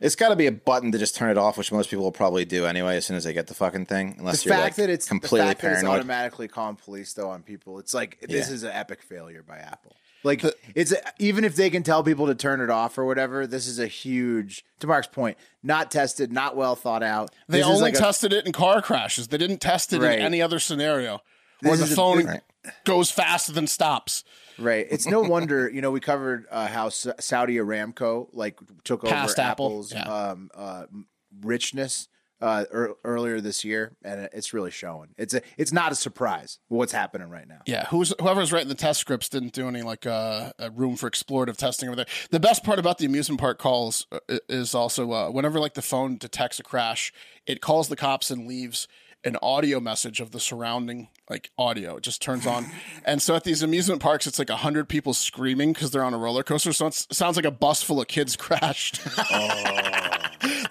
Speaker 3: It's got to be a button to just turn it off, which most people will probably do anyway as soon as they get the fucking thing.
Speaker 1: The
Speaker 3: Unless you're
Speaker 1: fact
Speaker 3: like
Speaker 1: that it's
Speaker 3: completely
Speaker 1: the fact that it's
Speaker 3: paranoid.
Speaker 1: automatically calling police though on people, it's like this
Speaker 3: Yeah.
Speaker 1: is an epic failure by Apple. Like it's a, even if they can tell people to turn it off or whatever, this is a huge. To Mark's point, not tested, not well thought out.
Speaker 2: They
Speaker 1: This is
Speaker 2: only
Speaker 1: like a-
Speaker 2: tested it in car crashes. They didn't test it
Speaker 1: Right.
Speaker 2: in any other scenario where
Speaker 1: This
Speaker 2: the
Speaker 1: is a-
Speaker 2: phone
Speaker 1: Right.
Speaker 2: goes faster than stops.
Speaker 1: Right. It's no wonder, you know, we covered uh, how S- Saudi Aramco like took
Speaker 2: Past
Speaker 1: over
Speaker 2: Apple,
Speaker 1: Apple's
Speaker 2: yeah.
Speaker 1: um, uh, m- richness uh, ear earlier this year, and it's really showing. It's a, it's not a surprise what's happening right now.
Speaker 2: Yeah, who's whoever's writing the test scripts didn't do any like uh, a room for explorative testing over there. The best part about the amusement park calls uh, is also uh, whenever like the phone detects a crash, it calls the cops and leaves an audio message of the surrounding like audio. It just turns on, and so at these amusement parks, it's like hundred people screaming because they're on a roller coaster. So it sounds like a bus full of kids (laughs) crashed. They're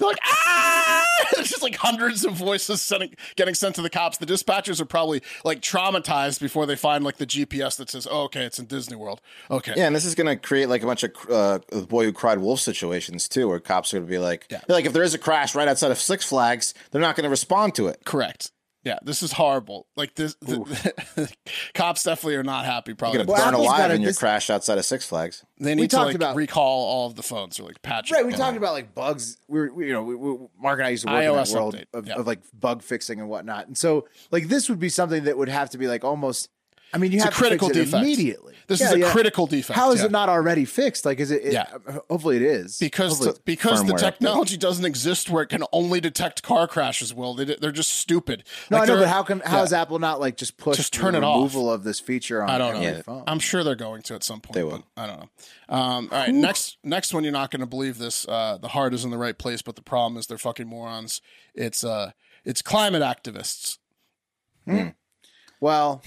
Speaker 2: like, ah! (laughs) It's just like hundreds of voices sending, getting sent to the cops. The dispatchers are probably like traumatized before they find like the GPS that says, oh, okay, it's in Disney World. Okay.
Speaker 3: Yeah, and this is going to create like a bunch of uh, the boy who cried wolf situations too, where cops are going to be like, like if there is a crash right outside of Six Flags, they're not going to respond to it.
Speaker 2: Correct. Yeah, this is horrible. Like this, the, (laughs) cops definitely are not happy. Probably
Speaker 3: You're going to
Speaker 1: Well,
Speaker 3: burn
Speaker 1: Apple's
Speaker 3: alive
Speaker 1: gotta-
Speaker 3: in your
Speaker 1: this-
Speaker 3: crash outside of Six Flags.
Speaker 2: they
Speaker 1: we
Speaker 2: need to
Speaker 1: talked
Speaker 2: like
Speaker 1: about-
Speaker 2: recall all of the phones or like patch. it.
Speaker 1: Right, we talked about like bugs. We were, we, you know, we, we, Mark and I used to work
Speaker 2: iOS
Speaker 1: in that world
Speaker 2: update,
Speaker 1: of,
Speaker 2: yeah.
Speaker 1: of like bug fixing and whatnot. And so, like this would be something that would have to be like almost. I mean, you
Speaker 2: a
Speaker 1: have
Speaker 2: critical
Speaker 1: to fix it
Speaker 2: defect.
Speaker 1: immediately.
Speaker 2: This
Speaker 1: Yeah,
Speaker 2: is a
Speaker 1: yeah.
Speaker 2: critical defect.
Speaker 1: How is
Speaker 2: yeah.
Speaker 1: it not already fixed? Like, is it? it
Speaker 2: Yeah.
Speaker 1: Hopefully, it is
Speaker 2: because
Speaker 1: Hopefully
Speaker 2: the, because the
Speaker 3: firmware update.
Speaker 2: technology doesn't exist where it can only detect car crashes. Will they, they're just stupid.
Speaker 1: No,
Speaker 2: Like,
Speaker 1: I know,
Speaker 2: they're-
Speaker 1: but how can how is
Speaker 2: yeah.
Speaker 1: Apple not like just push
Speaker 2: Just
Speaker 1: the
Speaker 2: turn it off.
Speaker 1: removal of this feature on
Speaker 2: I don't know.
Speaker 1: every
Speaker 3: Yeah.
Speaker 1: phone?
Speaker 2: I'm sure they're going to at some point.
Speaker 3: They will.
Speaker 2: but I don't know. Um, all right, next next one you're not going to believe this. Uh, the heart is in the right place, but the problem is they're fucking morons. It's uh, it's climate activists.
Speaker 1: Well,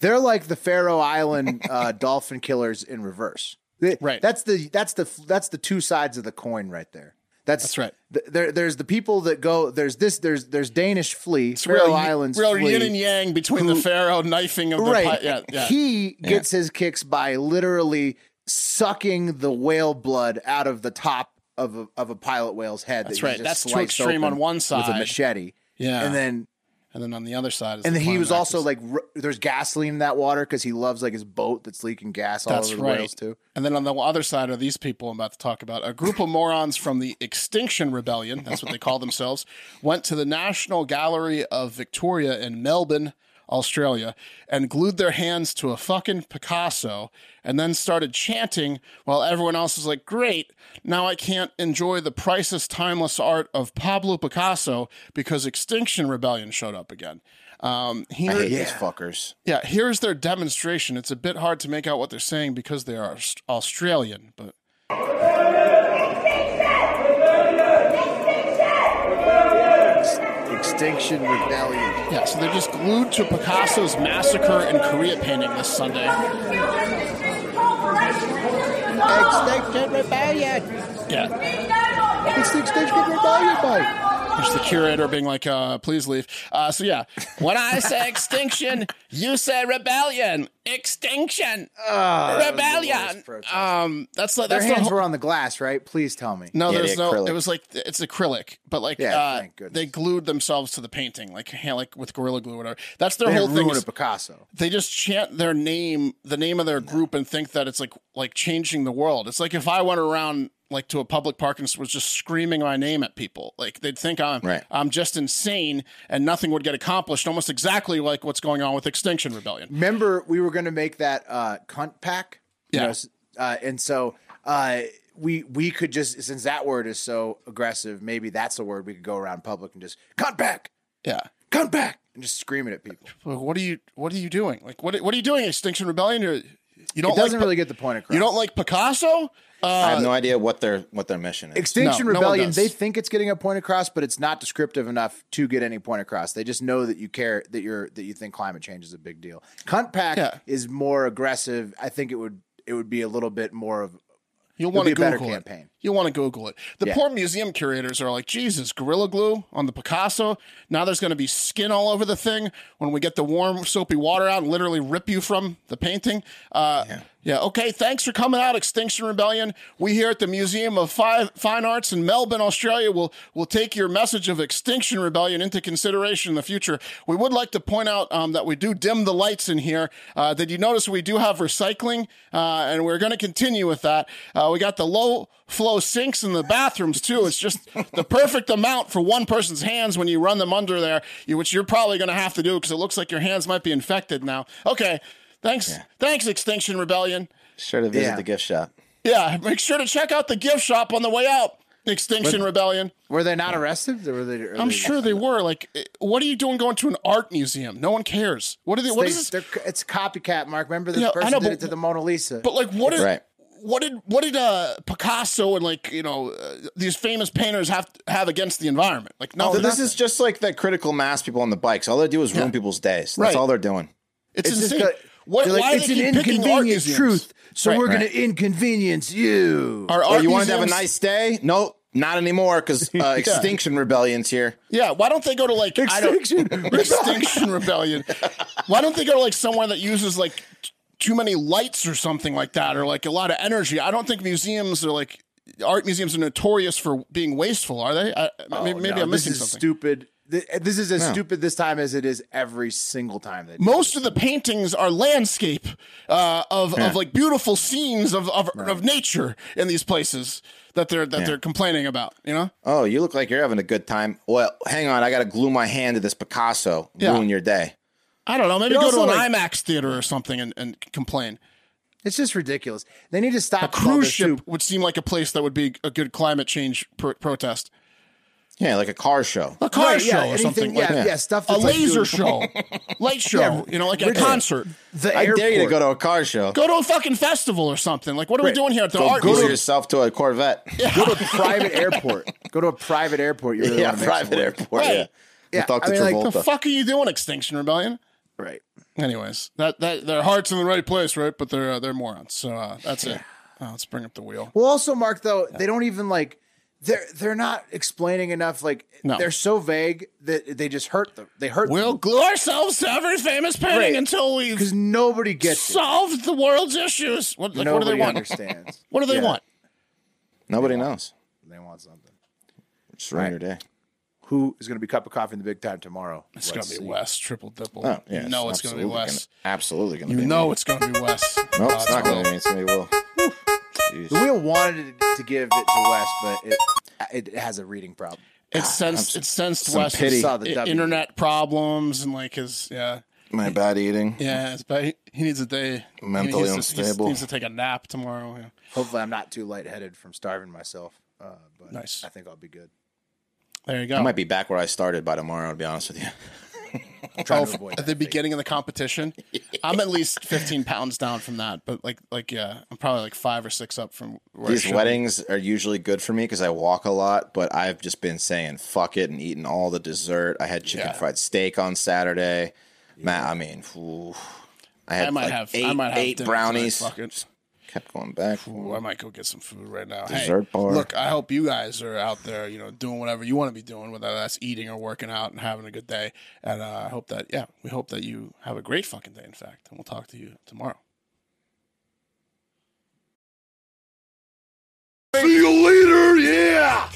Speaker 1: they're like the Faroe Island
Speaker 2: (laughs)
Speaker 1: uh, dolphin killers in reverse. They-
Speaker 2: Right.
Speaker 1: That's the that's the that's the two sides of the coin right there. That's,
Speaker 2: That's right.
Speaker 1: th- there, there's the people that go. There's this. There's there's Danish flea.
Speaker 2: It's
Speaker 1: Faroe
Speaker 2: real,
Speaker 1: Islands.
Speaker 2: real
Speaker 1: flea.
Speaker 2: yin and yang between the Pharaoh knifing of the
Speaker 1: right.
Speaker 2: pi- yeah, yeah.
Speaker 1: He gets his kicks by literally sucking the whale blood out of the top of a, of a pilot whale's head. that
Speaker 2: That's
Speaker 1: he
Speaker 2: right.
Speaker 1: just
Speaker 2: That's too
Speaker 1: sliced
Speaker 2: extreme
Speaker 1: open
Speaker 2: on one
Speaker 1: with a
Speaker 2: side.
Speaker 1: machete.
Speaker 2: Yeah.
Speaker 1: and then
Speaker 2: and then on the other side is
Speaker 1: and
Speaker 2: the
Speaker 1: then he was
Speaker 2: climate
Speaker 1: also
Speaker 2: activists.
Speaker 1: like, r- there's gasoline in that water because he loves like his boat that's leaking gas all
Speaker 2: That's
Speaker 1: over the
Speaker 2: right.
Speaker 1: whales too.
Speaker 2: And then on the other side are these people I'm about to talk about. A group of morons from the Extinction Rebellion, that's what they call themselves, (laughs) went to the National Gallery of Victoria in Melbourne, Australia, and glued their hands to a fucking Picasso and then started chanting while everyone else was like, great, now I can't enjoy the priceless, timeless art of Pablo Picasso because Extinction Rebellion showed up again. Um, here,
Speaker 3: I hate these fuckers.
Speaker 2: yeah, here's their demonstration. It's a bit hard to make out what they're saying because they are Aust- Australian, but
Speaker 1: Extinction Rebellion.
Speaker 2: yeah, so they're just glued to Picasso's massacre in Korea painting this Sunday.
Speaker 1: Extinction Rebellion.
Speaker 2: Yeah,
Speaker 1: It's the Extinction Rebellion bike.
Speaker 2: there's the curator being like, uh, "Please leave." Uh, so yeah, when I
Speaker 1: (laughs)
Speaker 2: say extinction, you say rebellion. Extinction,
Speaker 1: Ah,
Speaker 2: rebellion. Um, that's like
Speaker 1: Their
Speaker 2: that's the
Speaker 1: hands
Speaker 2: whole-
Speaker 1: were on the glass, right? Please tell me.
Speaker 2: No,
Speaker 3: Yeah,
Speaker 2: there's
Speaker 3: the
Speaker 2: no.
Speaker 3: acrylic.
Speaker 2: It was like it's acrylic, but like
Speaker 1: Yeah,
Speaker 2: uh,
Speaker 1: thank goodness.
Speaker 2: they glued themselves to the painting, like hand, like with gorilla glue, or whatever. That's their
Speaker 1: They
Speaker 2: whole
Speaker 1: didn't
Speaker 2: thing.
Speaker 1: ruin
Speaker 2: is-
Speaker 1: a Picasso.
Speaker 2: they just chant their name, the name of their group, and think that it's like like changing the world. It's like if I went around like to a public park and s- was just screaming my name at people, like they'd think I'm
Speaker 3: Right.
Speaker 2: I'm just insane and nothing would get accomplished. Almost exactly like what's going on with Extinction Rebellion.
Speaker 1: Remember, we were going to make that uh, cunt pack. you
Speaker 2: Yeah.
Speaker 1: know, s- uh, and so uh, we we could just since that word is so aggressive, maybe that's a word we could go around public and just cunt pack,
Speaker 2: Yeah.
Speaker 1: cunt pack, and just scream it at people.
Speaker 2: Like, what are you What are you doing? Like, what What are you doing, Extinction Rebellion? You're, you You don't
Speaker 1: it doesn't
Speaker 2: like,
Speaker 1: really get the point across.
Speaker 2: You don't like Picasso?
Speaker 3: I
Speaker 2: Uh,
Speaker 3: have no idea what their what their mission is.
Speaker 1: Extinction
Speaker 2: No, no one
Speaker 1: Rebellion,
Speaker 2: does.
Speaker 1: they think it's getting a point across, but it's not descriptive enough to get any point across. They just know that you care that you're that you think climate change is a big deal. Cunt Pack
Speaker 2: Yeah.
Speaker 1: is more aggressive. I think it would it would be a little bit more of
Speaker 2: You'll want
Speaker 1: be
Speaker 2: to
Speaker 1: a better
Speaker 2: Google it.
Speaker 1: campaign.
Speaker 2: You'll want to Google it. The
Speaker 1: Yeah.
Speaker 2: poor museum curators are like, Jesus, Gorilla Glue on the Picasso. Now there's going to be skin all over the thing. When we get the warm, soapy water out, and literally rip you from the painting. Uh, yeah. Okay. Thanks for coming out, Extinction Rebellion. We here at the Museum of Fi- Fine Arts in Melbourne, Australia, will will take your message of Extinction Rebellion into consideration in the future. We would like to point out um, that we do dim the lights in here. Uh, did you notice we do have recycling, uh, and we're going to continue with that. Uh, we got the low flow sinks in the bathrooms too. It's just the perfect amount for one person's hands when you run them under there, you- which you're probably going to have to do because it looks like your hands might be infected now. Okay, thanks, thanks, Extinction Rebellion.
Speaker 3: Sure to visit
Speaker 1: Yeah.
Speaker 3: the gift shop.
Speaker 2: Yeah, make sure to check out the gift shop on the way out. Extinction Rebellion.
Speaker 1: Were they not arrested? Or were they, or
Speaker 2: I'm
Speaker 1: they-
Speaker 2: sure they were. Like, eh, what are you doing going to an art museum? No one cares. What are they? What
Speaker 1: they-
Speaker 2: is this?
Speaker 1: they're- it's copycat, Mark. Remember this
Speaker 2: Yeah, I
Speaker 1: person
Speaker 2: know,
Speaker 1: did
Speaker 2: but-
Speaker 1: it to the Mona Lisa.
Speaker 2: But like, what did
Speaker 3: Right.
Speaker 2: what did what did uh, Picasso and like you know uh, these famous painters have have against the environment? Like, no,
Speaker 3: So this is just like that critical mass people on the bikes. All they do is ruin people's days. That's
Speaker 2: Right.
Speaker 3: all they're doing.
Speaker 2: it's,
Speaker 1: It's just
Speaker 2: insane.
Speaker 1: that-
Speaker 2: what,
Speaker 1: they're like,
Speaker 2: why
Speaker 1: it's
Speaker 2: do they
Speaker 1: an
Speaker 2: keep picking art
Speaker 1: inconvenient
Speaker 2: museums?
Speaker 1: truth, so
Speaker 2: Right,
Speaker 1: we're
Speaker 2: right.
Speaker 1: going to inconvenience you.
Speaker 2: Are
Speaker 3: Or
Speaker 2: art
Speaker 3: Oh, you wanted to have a
Speaker 2: museums-
Speaker 3: nice day? No, not anymore
Speaker 2: (laughs)
Speaker 3: because uh, Extinction Rebellion's here.
Speaker 2: Yeah, why don't they go to like I don't- Extinction Rebellion? Why don't they go to like somewhere that uses like t- too many lights or something like that, or like a lot of energy? I don't think museums are like art museums are notorious for being wasteful, are they? I, maybe maybe
Speaker 1: Oh, No,
Speaker 2: I'm missing
Speaker 1: this is
Speaker 2: something.
Speaker 1: stupid. Th- This is as stupid this time as it is every single time. They do.
Speaker 2: Most of the paintings are landscape uh, of of like beautiful scenes of of, of nature in these places that they're that they're complaining about. You know,
Speaker 3: Oh, you look like you're having a good time. Well, hang on. I got to glue my hand to this Picasso.
Speaker 2: Yeah.
Speaker 3: Ruin your day.
Speaker 2: I don't know. Maybe go to
Speaker 1: also,
Speaker 2: an
Speaker 1: like-
Speaker 2: IMAX theater or something and, and complain.
Speaker 1: It's just ridiculous. They need to stop.
Speaker 2: a
Speaker 1: with all
Speaker 2: cruise
Speaker 1: this
Speaker 2: ship
Speaker 1: too.
Speaker 2: would seem like a place that would be a good climate change pr- protest.
Speaker 3: Yeah, like a car show.
Speaker 2: A car
Speaker 1: Right,
Speaker 2: show
Speaker 1: yeah,
Speaker 2: or
Speaker 1: anything-
Speaker 2: something
Speaker 1: Yeah,
Speaker 2: like that.
Speaker 1: yeah, stuff.
Speaker 2: A
Speaker 1: That's like
Speaker 2: laser
Speaker 1: doing-
Speaker 2: show, (laughs) light show, you know, like a
Speaker 1: ridiculous.
Speaker 2: concert.
Speaker 1: The
Speaker 3: I
Speaker 1: airport.
Speaker 3: dare you to go to a car show.
Speaker 2: Go to a fucking festival or something. Like, what are we
Speaker 1: Right.
Speaker 2: doing here at the
Speaker 3: Go
Speaker 2: art
Speaker 3: glue
Speaker 2: museum?
Speaker 3: yourself to a Corvette. (laughs) Yeah,
Speaker 1: go to a
Speaker 2: (laughs)
Speaker 1: private airport. Go to a private airport. You really want to make some
Speaker 3: private
Speaker 1: money.
Speaker 3: airport.
Speaker 2: Right.
Speaker 3: Yeah.
Speaker 1: Yeah,
Speaker 3: Talk
Speaker 1: I
Speaker 3: to
Speaker 1: mean, like,
Speaker 3: Travolta.
Speaker 2: The fuck are you doing, Extinction Rebellion?
Speaker 1: Right.
Speaker 2: Anyways, that that their hearts in the right place, right? But they're uh, they're morons. So uh, that's it. Uh, let's bring up the wheel.
Speaker 1: Well, also, Mark, though they don't even like they're they're not explaining enough. Like
Speaker 2: No.
Speaker 1: they're so vague that they just hurt them. They hurt
Speaker 2: We'll glue ourselves to every famous painting
Speaker 1: Right.
Speaker 2: until we've
Speaker 1: because nobody gets it.
Speaker 2: solved the world's issues. What, like, what do
Speaker 1: nobody
Speaker 2: they want?
Speaker 1: understands.
Speaker 2: (laughs) What do they
Speaker 1: Yeah,
Speaker 2: want?
Speaker 3: Nobody knows.
Speaker 1: They want something.
Speaker 3: Just ruin your day.
Speaker 1: Who is going to be cup of coffee in the big time tomorrow?
Speaker 2: It's going to be Wes, triple dipple.
Speaker 3: Oh, yeah.
Speaker 2: you know it's going to be
Speaker 3: absolutely
Speaker 2: Wes.
Speaker 3: gonna- absolutely going to
Speaker 2: You
Speaker 3: be.
Speaker 2: know it's going to be Wes.
Speaker 3: No,
Speaker 2: Uh,
Speaker 3: it's not going
Speaker 2: Will.
Speaker 3: to be. It's going to be Will.
Speaker 1: The wheel wanted to give it to Wes, but it it has a reading problem.
Speaker 2: It sensed, it sensed
Speaker 3: some
Speaker 2: Wes'
Speaker 3: pity.
Speaker 1: Saw the
Speaker 2: i-
Speaker 1: W.
Speaker 2: internet problems and like his, yeah.
Speaker 3: My bad eating.
Speaker 2: Yeah, it's bad. He, he needs a day. He
Speaker 3: Mentally
Speaker 2: needs to- he's-
Speaker 3: unstable.
Speaker 2: He needs to take a nap tomorrow. Yeah.
Speaker 1: Hopefully, I'm not too lightheaded from starving myself. Uh, but
Speaker 2: Nice.
Speaker 1: I think I'll be good.
Speaker 2: There you
Speaker 3: I
Speaker 2: go.
Speaker 3: might be back where I started by tomorrow, to be honest with you.
Speaker 1: I'm trying to
Speaker 2: Oh,
Speaker 1: avoid
Speaker 2: at
Speaker 1: that.
Speaker 2: the beginning of the
Speaker 3: (laughs)
Speaker 2: competition, I'm at least 15 pounds down from that. But like, like yeah, I'm probably like five or six up from where I
Speaker 3: These
Speaker 2: should be.
Speaker 3: weddings are usually good for me because I walk a lot, but I've just been saying fuck it and eating all the dessert. I had chicken
Speaker 2: Yeah.
Speaker 3: fried steak on Saturday. Man, I mean, oof. I had
Speaker 2: I might
Speaker 3: like
Speaker 2: have
Speaker 3: eight,
Speaker 2: I might have
Speaker 3: eight
Speaker 2: dinner tonight,
Speaker 3: brownies.
Speaker 2: fuck it.
Speaker 3: Kept going back.
Speaker 2: Ooh, I might go get some food right now. hey,
Speaker 3: Mm-hmm. Dessert bar.
Speaker 2: Look, I hope you guys are out there, you know, doing whatever you want to be doing, whether that's eating or working out and having a good day. And uh, I hope that, yeah, we hope that you have a great fucking day, in fact. And we'll talk to you tomorrow.
Speaker 4: See you later, yeah!